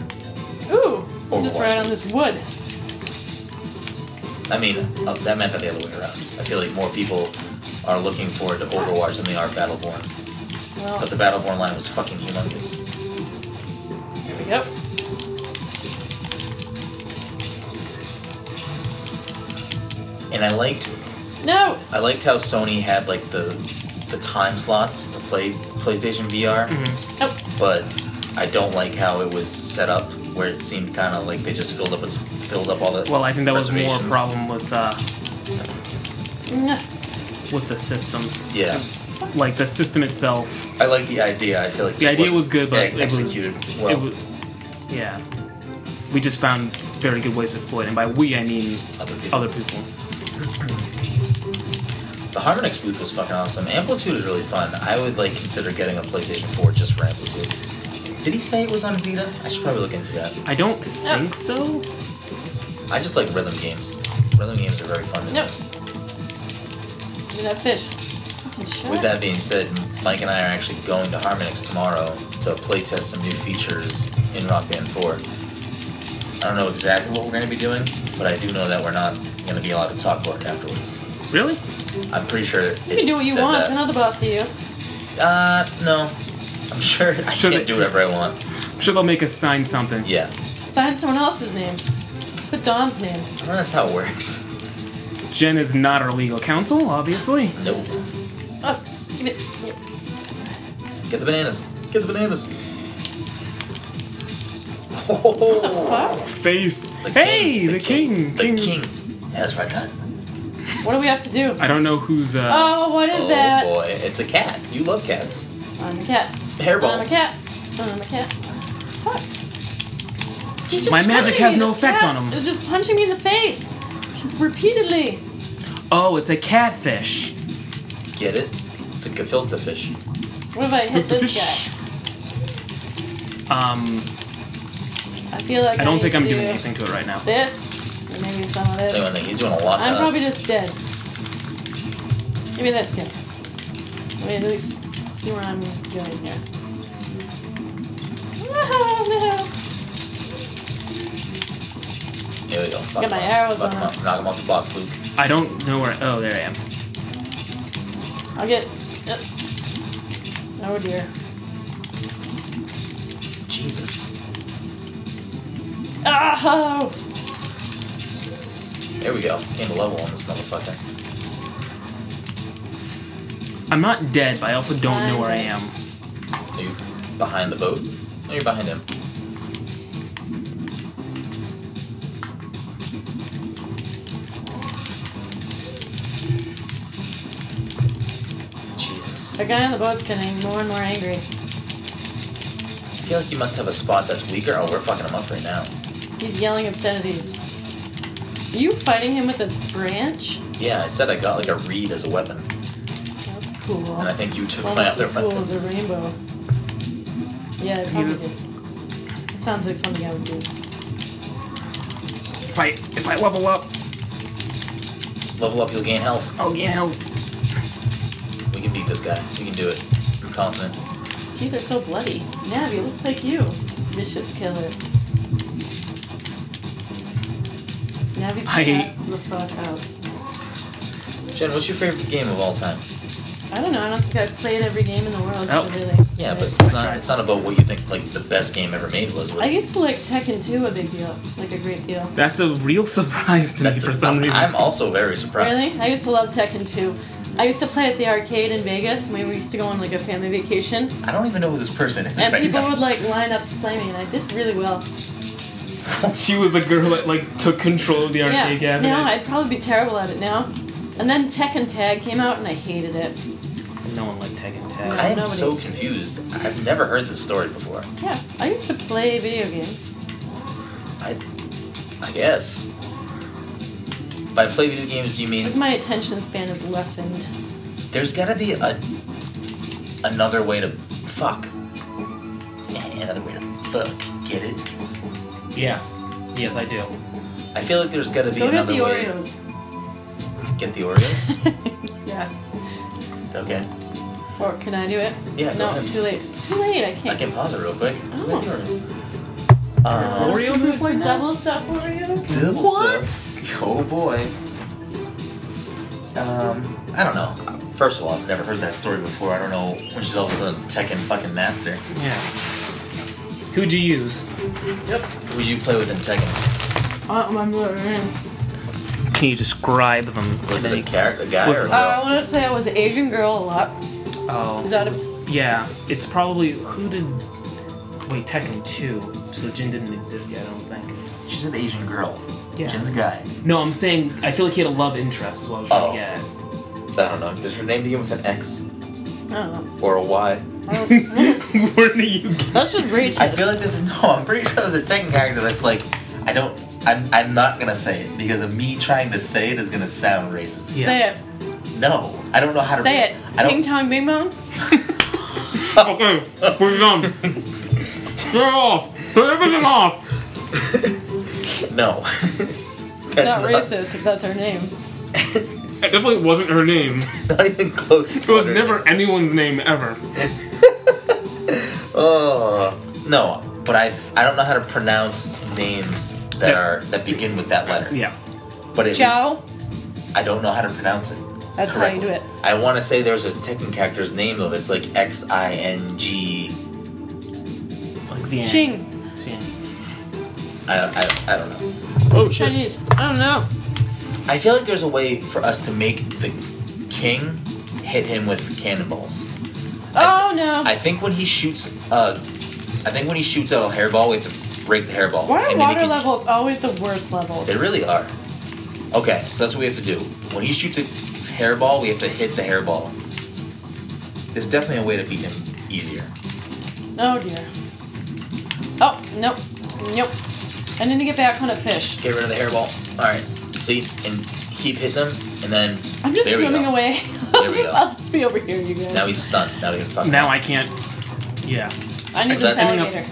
Speaker 2: Ooh! I'm just right on
Speaker 1: Overwatches.
Speaker 2: this wood.
Speaker 1: I mean uh, that meant that the other way around. I feel like more people are looking forward to Overwatch than they are Battleborn,
Speaker 2: Well,
Speaker 1: but the Battleborn line was fucking humongous.
Speaker 2: there we go.
Speaker 1: And I liked
Speaker 2: No!
Speaker 1: I liked how Sony had like the the time slots to play PlayStation VR,
Speaker 3: Mm-hmm.
Speaker 2: Nope.
Speaker 1: but I don't like how it was set up where it seemed kind of like they just filled up it's filled up all the
Speaker 3: Well, I think that was more a
Speaker 1: reservations.
Speaker 3: problem with uh,
Speaker 2: Nah.
Speaker 3: with the system,
Speaker 1: Yeah.
Speaker 3: like the system itself.
Speaker 1: I like the idea. I feel like
Speaker 3: The
Speaker 1: it
Speaker 3: idea
Speaker 1: wasn't
Speaker 3: was good, but
Speaker 1: ex-
Speaker 3: it was,
Speaker 1: executed
Speaker 3: it
Speaker 1: well.
Speaker 3: wa- yeah. We just found very good ways to exploit, it. and by we I mean
Speaker 1: other people.
Speaker 3: other people.
Speaker 1: The Harmonix booth was fucking awesome. Amplitude is really fun. I would like consider getting a PlayStation 4 just for Amplitude. Did he say it was on Vita? I should probably look into that.
Speaker 3: I don't think so.
Speaker 1: I just like rhythm games. Rhythm games are very fun. to
Speaker 2: Nope.
Speaker 1: me.
Speaker 2: Give me that fish. Fucking sharks.
Speaker 1: With that being said, Mike and I are actually going to Harmonix tomorrow to playtest some new features in Rock Band 4. I don't know exactly what we're going to be doing, but I do know that we're not going to be allowed to talk about it afterwards.
Speaker 3: Really?
Speaker 1: I'm pretty sure.
Speaker 2: you can do what you want. Another boss of you.
Speaker 1: Uh, no. I'm sure I
Speaker 3: Sure
Speaker 1: can
Speaker 3: they-
Speaker 1: do whatever I want.
Speaker 3: I'm sure they'll make us sign something.
Speaker 1: Yeah.
Speaker 2: Sign someone else's name. Put Dom's name.
Speaker 1: I mean, that's how it works.
Speaker 3: Jen is not our legal counsel, obviously.
Speaker 1: Nope.
Speaker 2: Oh, give it. yep.
Speaker 1: Get the bananas. Get the bananas.
Speaker 2: Fuck.
Speaker 3: Face.
Speaker 1: Oh, The
Speaker 3: hey,
Speaker 1: king,
Speaker 3: the, king.
Speaker 1: The king. That's right. Done.
Speaker 2: What do we have to do?
Speaker 3: I don't know who's. uh...
Speaker 2: Oh, what is
Speaker 1: oh
Speaker 2: that?
Speaker 1: boy, it's a cat. You love cats.
Speaker 2: I'm a cat. I'm a
Speaker 1: Hairball.
Speaker 2: cat. I'm a cat. Fuck. He's just
Speaker 3: My magic
Speaker 2: punching
Speaker 3: has
Speaker 2: me.
Speaker 3: no
Speaker 2: This
Speaker 3: effect
Speaker 2: cat
Speaker 3: on him.
Speaker 2: Is just punching me in the face repeatedly.
Speaker 3: Oh, it's a catfish.
Speaker 1: Get it? It's a gefilte fish.
Speaker 2: What if I hit this guy?
Speaker 3: Um,
Speaker 2: I feel like
Speaker 3: I don't
Speaker 2: need
Speaker 3: think
Speaker 2: to
Speaker 3: I'm
Speaker 2: do
Speaker 3: doing anything to it right now.
Speaker 2: This, and maybe some of this.
Speaker 1: Tell you one thing, he's doing a lot to
Speaker 2: I'm
Speaker 1: us.
Speaker 2: probably just dead. Give me that skin. Let me at least see where I'm going here. Oh,
Speaker 1: Here we go. Fuck
Speaker 2: Get my
Speaker 1: him up.
Speaker 2: arrows
Speaker 1: Fuck
Speaker 2: on
Speaker 1: him
Speaker 2: him.
Speaker 1: up. Knock him off the box, Luke.
Speaker 3: I don't know where. Oh, there I am.
Speaker 2: no. I'll get. Yes. Oh dear.
Speaker 1: Jesus.
Speaker 2: Oh!
Speaker 1: There we go. Came to level on this motherfucker.
Speaker 3: I'm not dead, but I also don't know where I am.
Speaker 1: Are you behind the boat? No, you're behind him. Jesus.
Speaker 2: The guy on the boat's getting more and more angry.
Speaker 1: I feel like you must have a spot that's weaker. Oh, we're fucking him up right now.
Speaker 2: He's yelling obscenities. Are you fighting him with a branch?
Speaker 1: Yeah, I said I got like a reed as a weapon,
Speaker 2: That's cool.
Speaker 1: and I think you took my
Speaker 2: Almost
Speaker 1: other
Speaker 2: as cool
Speaker 1: weapon.
Speaker 2: as a rainbow. Yeah, it probably did. It sounds like something I would do.
Speaker 3: If I if I level up,
Speaker 1: Level up, you'll gain health.
Speaker 3: I'll get help.
Speaker 1: We can beat this guy. We can do it. I'm confident.
Speaker 2: His teeth are so bloody. Navi looks like you. Vicious killer. Navi's
Speaker 3: I-
Speaker 2: passed the fuck out.
Speaker 1: Jen, what's your favorite game of all time?
Speaker 2: I don't know, I don't think I've played every game in the world,
Speaker 3: Oh.
Speaker 2: so really.
Speaker 1: Yeah, but
Speaker 2: I-
Speaker 1: it's not. It's not about what you think like the best game ever made was.
Speaker 2: I
Speaker 1: What's
Speaker 2: used to like Tekken 2 a big deal. Like a great deal.
Speaker 3: That's a real surprise to
Speaker 1: That's
Speaker 3: me for
Speaker 1: a-
Speaker 3: some reason.
Speaker 1: I'm also very surprised.
Speaker 2: Really? I used to love Tekken 2. I used to play at the arcade in Vegas when we used to go on like a family vacation.
Speaker 1: I don't even know who this person is
Speaker 2: And
Speaker 1: right
Speaker 2: people
Speaker 1: now.
Speaker 2: would like line up to play me and I did really well.
Speaker 3: she was the girl that like took control of the
Speaker 2: Yeah.
Speaker 3: arcade eh? cabinet.
Speaker 2: Now I'd probably be terrible at it now. And then Tekken Tag came out and I hated it.
Speaker 3: no one liked Tekken Tag.
Speaker 1: I am
Speaker 2: "Oh, Nobody.
Speaker 1: so confused. I've never heard this story before.
Speaker 2: Yeah. I used to play video games.
Speaker 1: I, I guess. By play video games, do you mean
Speaker 2: My attention span is lessened.
Speaker 1: there's got to be a another way to fuck? Yeah, Another way to fuck. Get it?
Speaker 3: Uh, Yes, yes, I do.
Speaker 1: I feel like there's got to be
Speaker 2: Go get
Speaker 1: another
Speaker 2: the
Speaker 1: way.
Speaker 2: Oreos.
Speaker 1: Get the Oreos.
Speaker 2: yeah.
Speaker 1: okay.
Speaker 2: Or can I do it?
Speaker 1: Yeah, go
Speaker 2: No,
Speaker 1: ahead.
Speaker 2: it's too late. It's too late. I can't.
Speaker 1: I can pause it real quick.
Speaker 2: Oh.
Speaker 1: Get the Oreos. Uh,
Speaker 3: Oreos in
Speaker 2: It's
Speaker 3: play
Speaker 2: the
Speaker 3: now?
Speaker 2: double stuff Oreos.
Speaker 5: Double
Speaker 1: What?
Speaker 5: stuff. Oh boy. Um,
Speaker 1: I don't know. First of all, I've never heard that story before. I don't know when she's all of a sudden Tekken fucking master.
Speaker 3: Yeah. Who'd you use?
Speaker 1: Who would you play with in Tekken?
Speaker 2: Oh my lord.
Speaker 3: Can you describe them?
Speaker 1: Was it a character, a guy,
Speaker 3: Was
Speaker 1: or
Speaker 3: it-
Speaker 1: a
Speaker 2: Uh, I
Speaker 1: girl?
Speaker 2: want to say I was an Asian girl a lot.
Speaker 3: Oh,
Speaker 2: Is that a
Speaker 3: yeah. It's probably who did? Wait, Tekken two. So Jin didn't exist yet. I don't think.
Speaker 5: she's an Asian girl.
Speaker 3: Yeah.
Speaker 5: Jen's a guy.
Speaker 3: No, I'm saying I feel like he had a love interest. Is what I was trying to
Speaker 1: Oh.
Speaker 3: get. at.
Speaker 1: I don't know.
Speaker 5: Does her name begin with an X
Speaker 2: I don't know.
Speaker 5: or a Y?
Speaker 3: Where do you?
Speaker 2: That's just
Speaker 5: I
Speaker 2: racist.
Speaker 5: feel like there's no. I'm pretty sure there's a Tekken character that's like, I don't. I'm, I'm not gonna say it because of me trying to say it is gonna sound racist.
Speaker 3: Yeah.
Speaker 2: Say it.
Speaker 5: No, I don't know how to.
Speaker 2: Say it.
Speaker 5: I
Speaker 2: Ting Tong
Speaker 5: don't.
Speaker 2: Bing Bong.
Speaker 3: Okay, we're done. Get off. Get everything off.
Speaker 5: No. that's
Speaker 2: Not racist if that's her name.
Speaker 3: It definitely wasn't her name.
Speaker 5: Not even close
Speaker 3: It
Speaker 5: to
Speaker 3: was
Speaker 5: it.
Speaker 3: never anyone's name ever.
Speaker 5: Oh
Speaker 1: No, but I've I don't know how to pronounce names that are that begin with that letter.
Speaker 3: Yeah.
Speaker 1: But it was-
Speaker 2: Chow.
Speaker 1: I don't know how to pronounce it.
Speaker 2: That's how
Speaker 1: correctly.
Speaker 2: you do it.
Speaker 1: I want to say there's a Tekken character's name though. It's like X I N G.
Speaker 3: Like Xian.
Speaker 2: Ching.
Speaker 3: Xian.
Speaker 1: I don't I, I don't know.
Speaker 5: Oh
Speaker 2: Chinese. I don't know.
Speaker 1: I feel like there's a way for us to make the king hit him with cannonballs.
Speaker 2: Oh no.
Speaker 1: I think when he shoots, uh, I think when he shoots out a hairball, we have to break the hairball.
Speaker 2: Why are
Speaker 1: And then he
Speaker 2: water
Speaker 1: can-
Speaker 2: levels always the worst levels?
Speaker 1: They really are. Okay, so that's what we have to do. When he shoots a hairball, we have to hit the hairball. There's definitely a way to beat him easier.
Speaker 2: Oh dear. Oh, nope. Nope. I need to get back on a fish.
Speaker 1: Get rid of the hairball. All right. See, and keep hitting him, and then
Speaker 2: I'm just
Speaker 1: there we
Speaker 2: swimming
Speaker 1: go.
Speaker 2: away.
Speaker 1: There
Speaker 2: I'll
Speaker 1: we
Speaker 2: just,
Speaker 1: go.
Speaker 2: I'll just be over here, you guys.
Speaker 1: Now he's stunned. Now he can fuck.
Speaker 3: Now I can't. Yeah.
Speaker 2: I need
Speaker 1: That's-
Speaker 2: this alligator.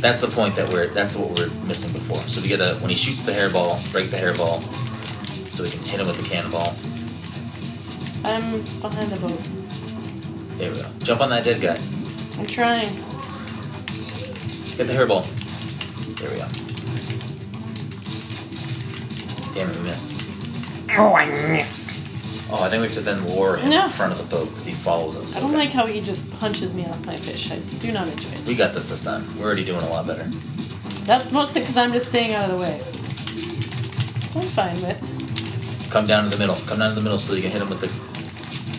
Speaker 1: That's the point that we're. That's what we we're missing before. So we gotta when he shoots the hairball, break the hairball, so we can hit him with the cannonball.
Speaker 2: I'm behind the boat.
Speaker 1: There we go. Jump on that dead guy.
Speaker 2: I'm trying.
Speaker 1: Get the hairball. There we go. Damn it, we missed.
Speaker 3: Oh, I miss.
Speaker 1: Oh, I think we have to then lure him
Speaker 2: No.
Speaker 1: in front of the boat because he follows us.
Speaker 2: I don't
Speaker 1: Okay.
Speaker 2: like how he just punches me off my fish. I do not enjoy it.
Speaker 1: We got this this time. We're already doing a lot better.
Speaker 2: That's mostly because I'm just staying out of the way. I'm fine with.
Speaker 1: Come down to the middle. Come down to the middle so you can hit him with the.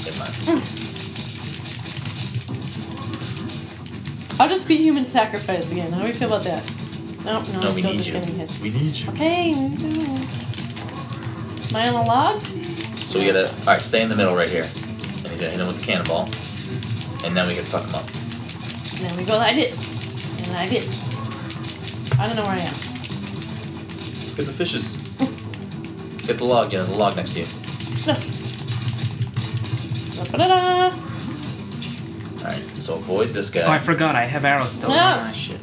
Speaker 1: Never mind.
Speaker 2: I'll just be human sacrifice again. How do we feel about that? Nope, no,
Speaker 1: No,
Speaker 2: I'm
Speaker 1: we
Speaker 2: still
Speaker 1: need
Speaker 2: just
Speaker 1: you.
Speaker 2: getting hit.
Speaker 1: We need you.
Speaker 2: Okay, no. Am I on a log?
Speaker 1: So we gotta. Alright, stay in the middle right here. And he's gonna hit him with the cannonball. And then we can fuck him up.
Speaker 2: And then we go like this. And like this. I don't know where I am.
Speaker 1: Get the fishes. Get the log, Jen. There's a log next to you.
Speaker 2: No. Da-ba-da-da.
Speaker 1: Alright, so avoid this
Speaker 3: Oh, I
Speaker 1: guy.
Speaker 3: forgot. I have arrows still.
Speaker 2: No.
Speaker 3: Ah, shit.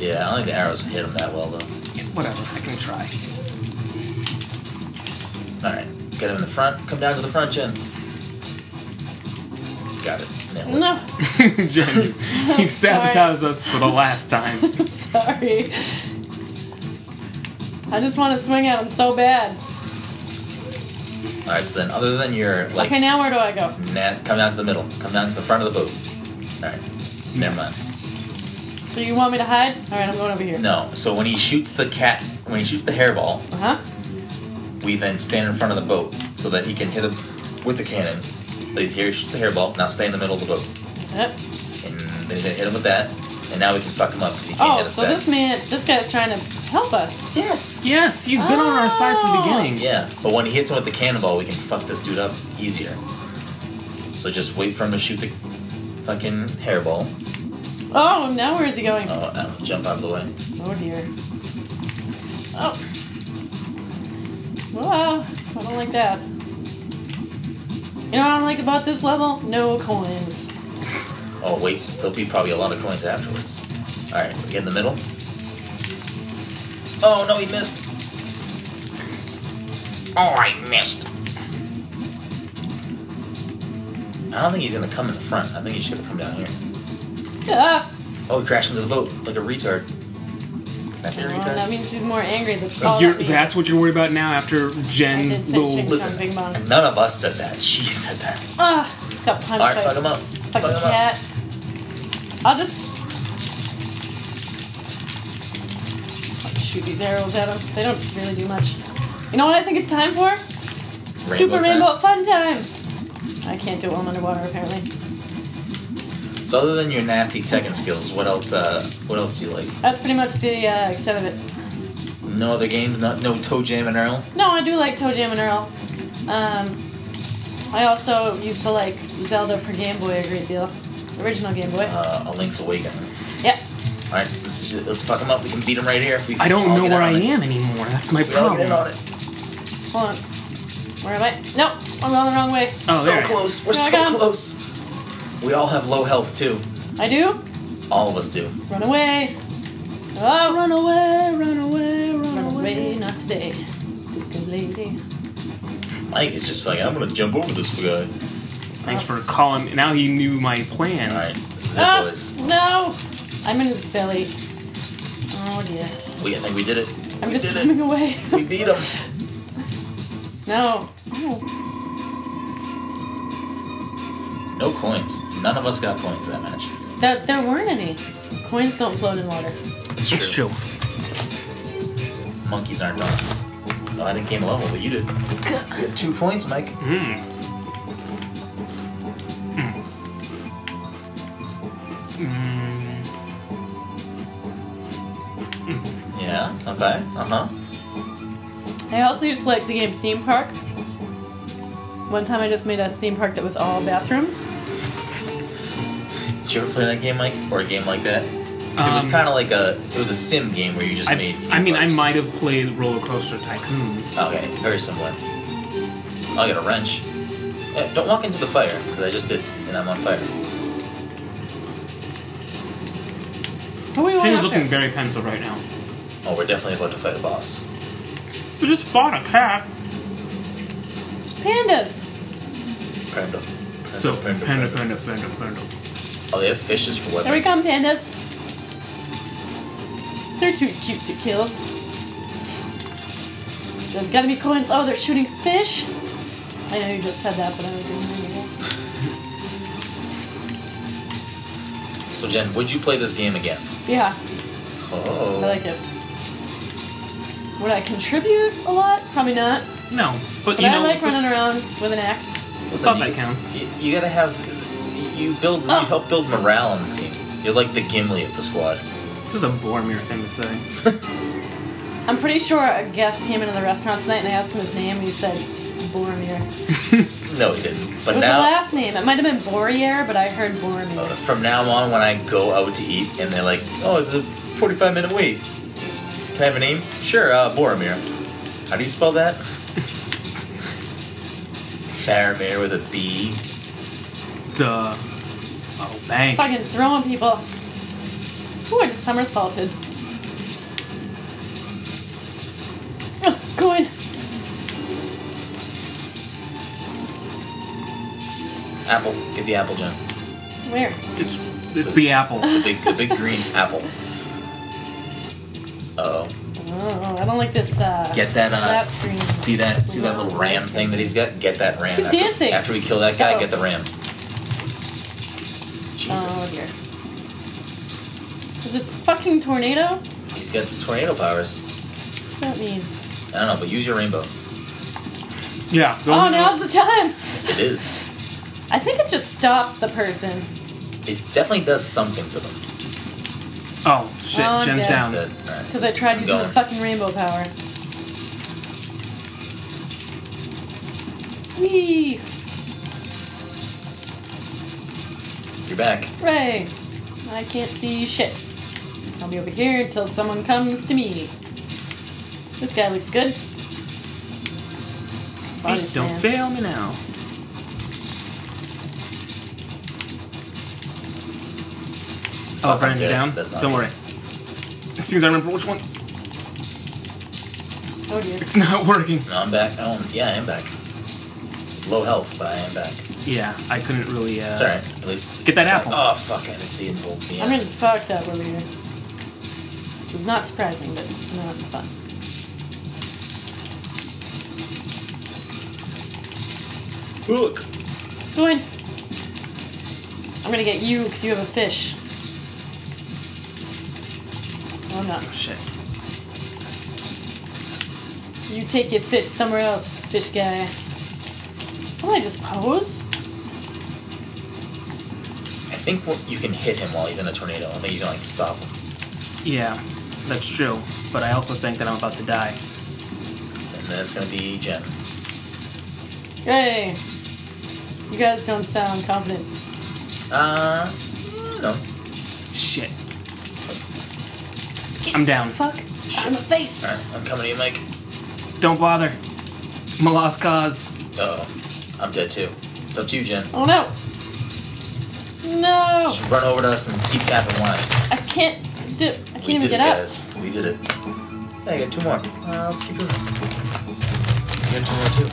Speaker 1: Yeah, I don't think the arrows hit him that well, though.
Speaker 3: Yeah, whatever. I can try.
Speaker 1: Alright, get him in the front. Come down to the front, Jen. Got it. Nailed it.
Speaker 2: No.
Speaker 3: Jen, you've
Speaker 2: Sorry.
Speaker 3: sabotaged us for the last time.
Speaker 2: I'm sorry. I just want to swing at him so bad.
Speaker 1: Alright, so then, other than your, like,
Speaker 2: Okay, now where do I go?
Speaker 1: net, come down to the middle. Come down to the front of the boat. Alright. Never mind.
Speaker 2: So you want me to hide? All right, I'm going over here.
Speaker 1: No. So when he shoots the cat, when he shoots the hairball,
Speaker 2: Uh huh.
Speaker 1: we then stand in front of the boat so that he can hit him with the cannon. But he's here, he shoots the hairball. Now stay in the middle of the boat,
Speaker 2: Yep.
Speaker 1: and then he's gonna hit him with that. And now we can fuck him up because he can't
Speaker 2: Oh,
Speaker 1: hit us
Speaker 2: so
Speaker 1: back.
Speaker 2: this man, this guy's trying to help us.
Speaker 1: yes.
Speaker 3: Yes, he's been on our side since the
Speaker 2: Oh.
Speaker 3: beginning.
Speaker 1: Yeah. But when he hits him with the cannonball, we can fuck this dude up easier. So just wait for him to shoot the fucking hairball.
Speaker 2: Oh, now where is he going?
Speaker 1: Oh, I don't know, jump out of the way.
Speaker 2: Oh dear. Oh. Whoa. I don't like that. You know what I don't like about this level? No coins.
Speaker 1: Oh wait, there'll be probably a lot of coins afterwards. All right, we get in the middle. Oh no, he missed. Oh, I missed. I don't think he's gonna come in the front. I think he should have come down here.
Speaker 2: Ah!
Speaker 1: Oh, he crashed into the boat like a retard. That's a
Speaker 2: Well, Oh, that
Speaker 1: retard.
Speaker 2: means he's more angry. That's all
Speaker 3: Uh, You're,
Speaker 2: that means.
Speaker 3: that's what you're worried about now after
Speaker 2: I did
Speaker 3: Jen's
Speaker 2: say
Speaker 3: little.
Speaker 2: chicken
Speaker 1: Listen.
Speaker 2: on Big Mom.
Speaker 1: None of us said that. She said that.
Speaker 2: Ah, just got punched
Speaker 1: All right,
Speaker 2: by
Speaker 1: fuck him up. Fuck him
Speaker 2: fucking
Speaker 1: up.
Speaker 2: cat. I'll just I'll shoot these arrows at him. They don't really do much. You know what I think it's time for? Super
Speaker 1: time.
Speaker 2: Rainbow Fun Time. I can't do it while I'm underwater apparently.
Speaker 1: So other than your nasty Tekken skills, what else? Uh, what else do you like?
Speaker 2: That's pretty much the uh, extent of it.
Speaker 1: No other games? Not no Toe Jam and Earl.
Speaker 2: No, I do like Toe Jam and Earl. Um, I also used to like Zelda for Game Boy a great deal. Original Game Boy.
Speaker 1: Uh, a Link's Awakening.
Speaker 2: yeah.
Speaker 1: All right, let's, just, let's fuck him up. We can beat him right here. If we
Speaker 3: I don't
Speaker 1: all
Speaker 3: know
Speaker 1: get
Speaker 3: where
Speaker 1: on
Speaker 3: I
Speaker 1: it.
Speaker 3: am anymore. That's my
Speaker 1: We all get in on
Speaker 3: problem.
Speaker 1: it.
Speaker 2: Hold on. Where am I? Nope, I'm going the wrong way.
Speaker 3: Oh,
Speaker 1: so
Speaker 3: there.
Speaker 1: close. We're
Speaker 2: There I
Speaker 1: so
Speaker 2: go.
Speaker 1: close. We all have low health too.
Speaker 2: I do.
Speaker 1: All of us do.
Speaker 2: Run away. Oh,
Speaker 3: Run away, run away,
Speaker 2: run
Speaker 3: run
Speaker 2: away,
Speaker 3: away.
Speaker 2: not today. Disco lady.
Speaker 1: Mike is just like, I'm gonna jump over this guy.
Speaker 3: Thanks for calling. Now he knew my plan.
Speaker 1: All right, this is
Speaker 2: Ah,
Speaker 1: it, boys.
Speaker 2: no! I'm in his belly. Oh dear.
Speaker 1: We I think we did it.
Speaker 2: I'm
Speaker 1: we
Speaker 2: just
Speaker 1: did
Speaker 2: swimming
Speaker 1: it.
Speaker 2: away.
Speaker 1: We beat him.
Speaker 2: no. Oh,
Speaker 1: No coins. None of us got coins that match.
Speaker 2: there, there weren't any. Coins don't float in water.
Speaker 1: It's
Speaker 3: It's true.
Speaker 1: Monkeys aren't dogs. No, I didn't gain a level, but you did. You have two points, Mike.
Speaker 3: Mm. Hmm.
Speaker 1: Yeah. Okay. Uh huh.
Speaker 2: I also used to like the game Theme Park. One time I just made a theme park that was all bathrooms.
Speaker 1: Did you ever play that game, Mike, or a game like that? it was
Speaker 3: Um,
Speaker 1: kind of like a it was a sim game where you just made.
Speaker 3: I, I mean, I
Speaker 1: bucks.
Speaker 3: might have played Roller Coaster Tycoon.
Speaker 1: Okay, very similar. I'll get a wrench. Yeah, don't walk into the fire because I just did, and I'm on fire.
Speaker 2: What do we want
Speaker 3: Taylor's
Speaker 2: out
Speaker 3: looking
Speaker 2: there?
Speaker 3: very pensive right now.
Speaker 1: Oh, we're definitely about to fight a boss.
Speaker 3: We just fought a cat.
Speaker 2: Pandas!
Speaker 1: Panda. Panda,
Speaker 3: So
Speaker 1: panda,
Speaker 3: panda, panda, panda, panda, panda.
Speaker 1: Oh, they have fishes for weapons.
Speaker 2: There we come, pandas! They're too cute to kill. There's gotta be coins. Oh, they're shooting fish! I know you just said that, but I was ignoring you guys.
Speaker 1: So Jen, would you play this game again?
Speaker 2: Yeah,
Speaker 1: Oh.
Speaker 2: I like it. Would I contribute a lot? Probably not.
Speaker 3: No, but,
Speaker 2: But
Speaker 3: you
Speaker 2: I
Speaker 3: know,
Speaker 2: like
Speaker 3: it's a-
Speaker 2: running around with an axe.
Speaker 3: it's
Speaker 1: Listen,
Speaker 3: not
Speaker 1: you-
Speaker 3: that counts.
Speaker 1: You, you gotta have. You build.
Speaker 2: Oh.
Speaker 1: You help build morale on the team. You're like the Gimli of the squad.
Speaker 3: This is a Boromir thing to say.
Speaker 2: I'm pretty sure a guest came into the restaurant tonight and I asked him his name and he said Boromir.
Speaker 1: No, he didn't. But
Speaker 2: What's the
Speaker 1: now,
Speaker 2: last name? It might have been Borier, but I heard Boromir.
Speaker 1: uh, from now on, when I go out to eat and they're like, "Oh, it's a 45 minute wait. Can I have a name? Sure, uh, Boromir. How do you spell that? Faramir with a B.
Speaker 3: Duh. Oh, bang.
Speaker 2: Fucking throwing people. Ooh, I just somersaulted. Oh, going.
Speaker 1: Apple. Get the apple, Jen.
Speaker 2: Where?
Speaker 3: It's it's the apple.
Speaker 1: The big, the big green apple. Oh,
Speaker 2: Oh, I don't like this, uh.
Speaker 1: get that uh,
Speaker 2: That screen.
Speaker 1: See that? See that little ram thing that he's got? Get that ram.
Speaker 2: He's
Speaker 1: after,
Speaker 2: dancing.
Speaker 1: After we kill that guy,
Speaker 2: Oh.
Speaker 1: get the ram.
Speaker 2: Oh,
Speaker 1: Jesus,
Speaker 2: dear. oh, Is it fucking tornado?
Speaker 1: he's got the tornado powers.
Speaker 2: What's that mean?
Speaker 1: I don't know, but use your rainbow.
Speaker 3: Yeah. go
Speaker 2: Oh,
Speaker 3: on.
Speaker 2: now's the time!
Speaker 1: It is.
Speaker 2: I think it just stops the person.
Speaker 1: It definitely does something to them.
Speaker 3: Oh shit.
Speaker 2: Oh, I'm
Speaker 3: Jen's
Speaker 2: dead.
Speaker 3: down.
Speaker 1: That- all right.
Speaker 2: Because I tried
Speaker 1: I'm
Speaker 2: using
Speaker 1: going.
Speaker 2: the fucking rainbow power. Whee!
Speaker 1: You're back.
Speaker 2: Hooray! I can't see shit. I'll be over here until someone comes to me. This guy looks good. Body
Speaker 3: Please don't
Speaker 2: slam.
Speaker 3: fail me now.
Speaker 1: Fuck,
Speaker 3: Oh,
Speaker 1: I'm
Speaker 3: Brian, you're
Speaker 1: dead.
Speaker 3: down.
Speaker 1: That's not
Speaker 3: Don't worry. As soon as I remember which one,
Speaker 2: Oh dear.
Speaker 3: it's not working.
Speaker 1: No, I'm back. Oh, yeah, I am back. Low health, but I am back.
Speaker 3: Yeah, I couldn't really. Uh,
Speaker 1: It's alright. At least
Speaker 3: Get that apple.
Speaker 1: Oh fuck! I didn't see it until the
Speaker 2: I'm
Speaker 1: end.
Speaker 2: getting fucked up over here. Which is not surprising, but not fun.
Speaker 1: Look.
Speaker 2: Go in. I'm gonna get you because you have a fish. Oh no.
Speaker 3: Oh, shit.
Speaker 2: You take your fish somewhere else, fish guy. Don't I just pose?
Speaker 1: I think what- you can hit him while he's in a tornado. I think you can like stop him.
Speaker 3: Yeah, that's true. But I also think that I'm about to die.
Speaker 1: And then it's gonna be Jen.
Speaker 2: Hey! You guys don't sound confident.
Speaker 1: Uh, no.
Speaker 3: Shit. I'm down.
Speaker 2: Fuck. Shot in the face!
Speaker 1: Alright, I'm coming to you, Mike.
Speaker 3: Don't bother. I'm a lost cause.
Speaker 1: Uh oh. I'm dead too. It's up to you, Jen.
Speaker 2: Oh no! No!
Speaker 1: Just run over to us and keep tapping wine.
Speaker 2: I Oh. can't do I can't
Speaker 1: we
Speaker 2: even
Speaker 1: did it,
Speaker 2: get up.
Speaker 1: guys. We did it. Hey, I got two more. Uh, let's keep doing this. You got two more too.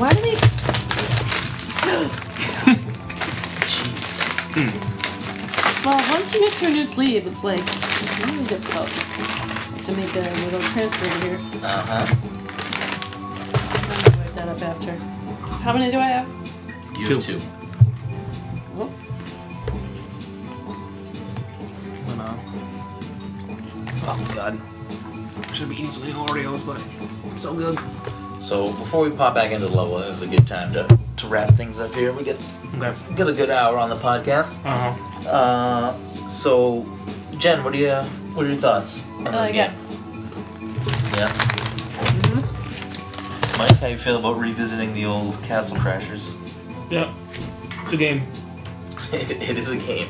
Speaker 2: Why do they
Speaker 1: Jeez.
Speaker 2: Well, once you get to a new sleeve, it's like it's really difficult to make a little transfer here.
Speaker 1: Uh huh.
Speaker 2: I'm gonna write that up after. How many do I have?
Speaker 1: You
Speaker 3: Two.
Speaker 1: have two.
Speaker 2: Oh,
Speaker 3: You know. Oh god. Should be eating so many Oreos, but it's so good.
Speaker 1: So before we pop back into the level, this is a good time to, to wrap things up here. We got
Speaker 3: Okay.
Speaker 1: we got a good hour on the podcast.
Speaker 3: Uh huh.
Speaker 1: Uh, so Jen, what are you what are your thoughts on
Speaker 2: I
Speaker 1: this
Speaker 2: like
Speaker 1: game?
Speaker 2: it.
Speaker 1: Yeah. Mike, how you feel about revisiting the old Castle Crashers?
Speaker 3: Yeah. It's a game.
Speaker 1: it, it is a game.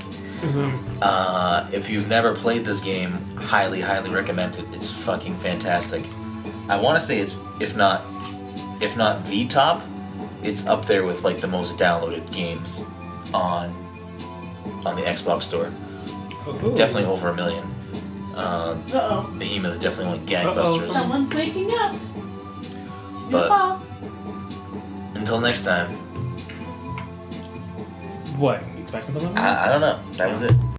Speaker 1: Uh, if you've never played this game, highly, highly recommend it. It's fucking fantastic. I want to say it's, if not, if not the top, it's up there with like the most downloaded games on on the Xbox Store. Definitely over a million. Um,
Speaker 2: Uh-oh.
Speaker 1: Behemoth definitely went
Speaker 3: Uh-oh,
Speaker 1: gangbusters.
Speaker 2: Someone's waking up.
Speaker 1: But-
Speaker 2: Snowball.
Speaker 1: Until next time,
Speaker 3: What? You expecting something?
Speaker 1: I, I don't know. That was it.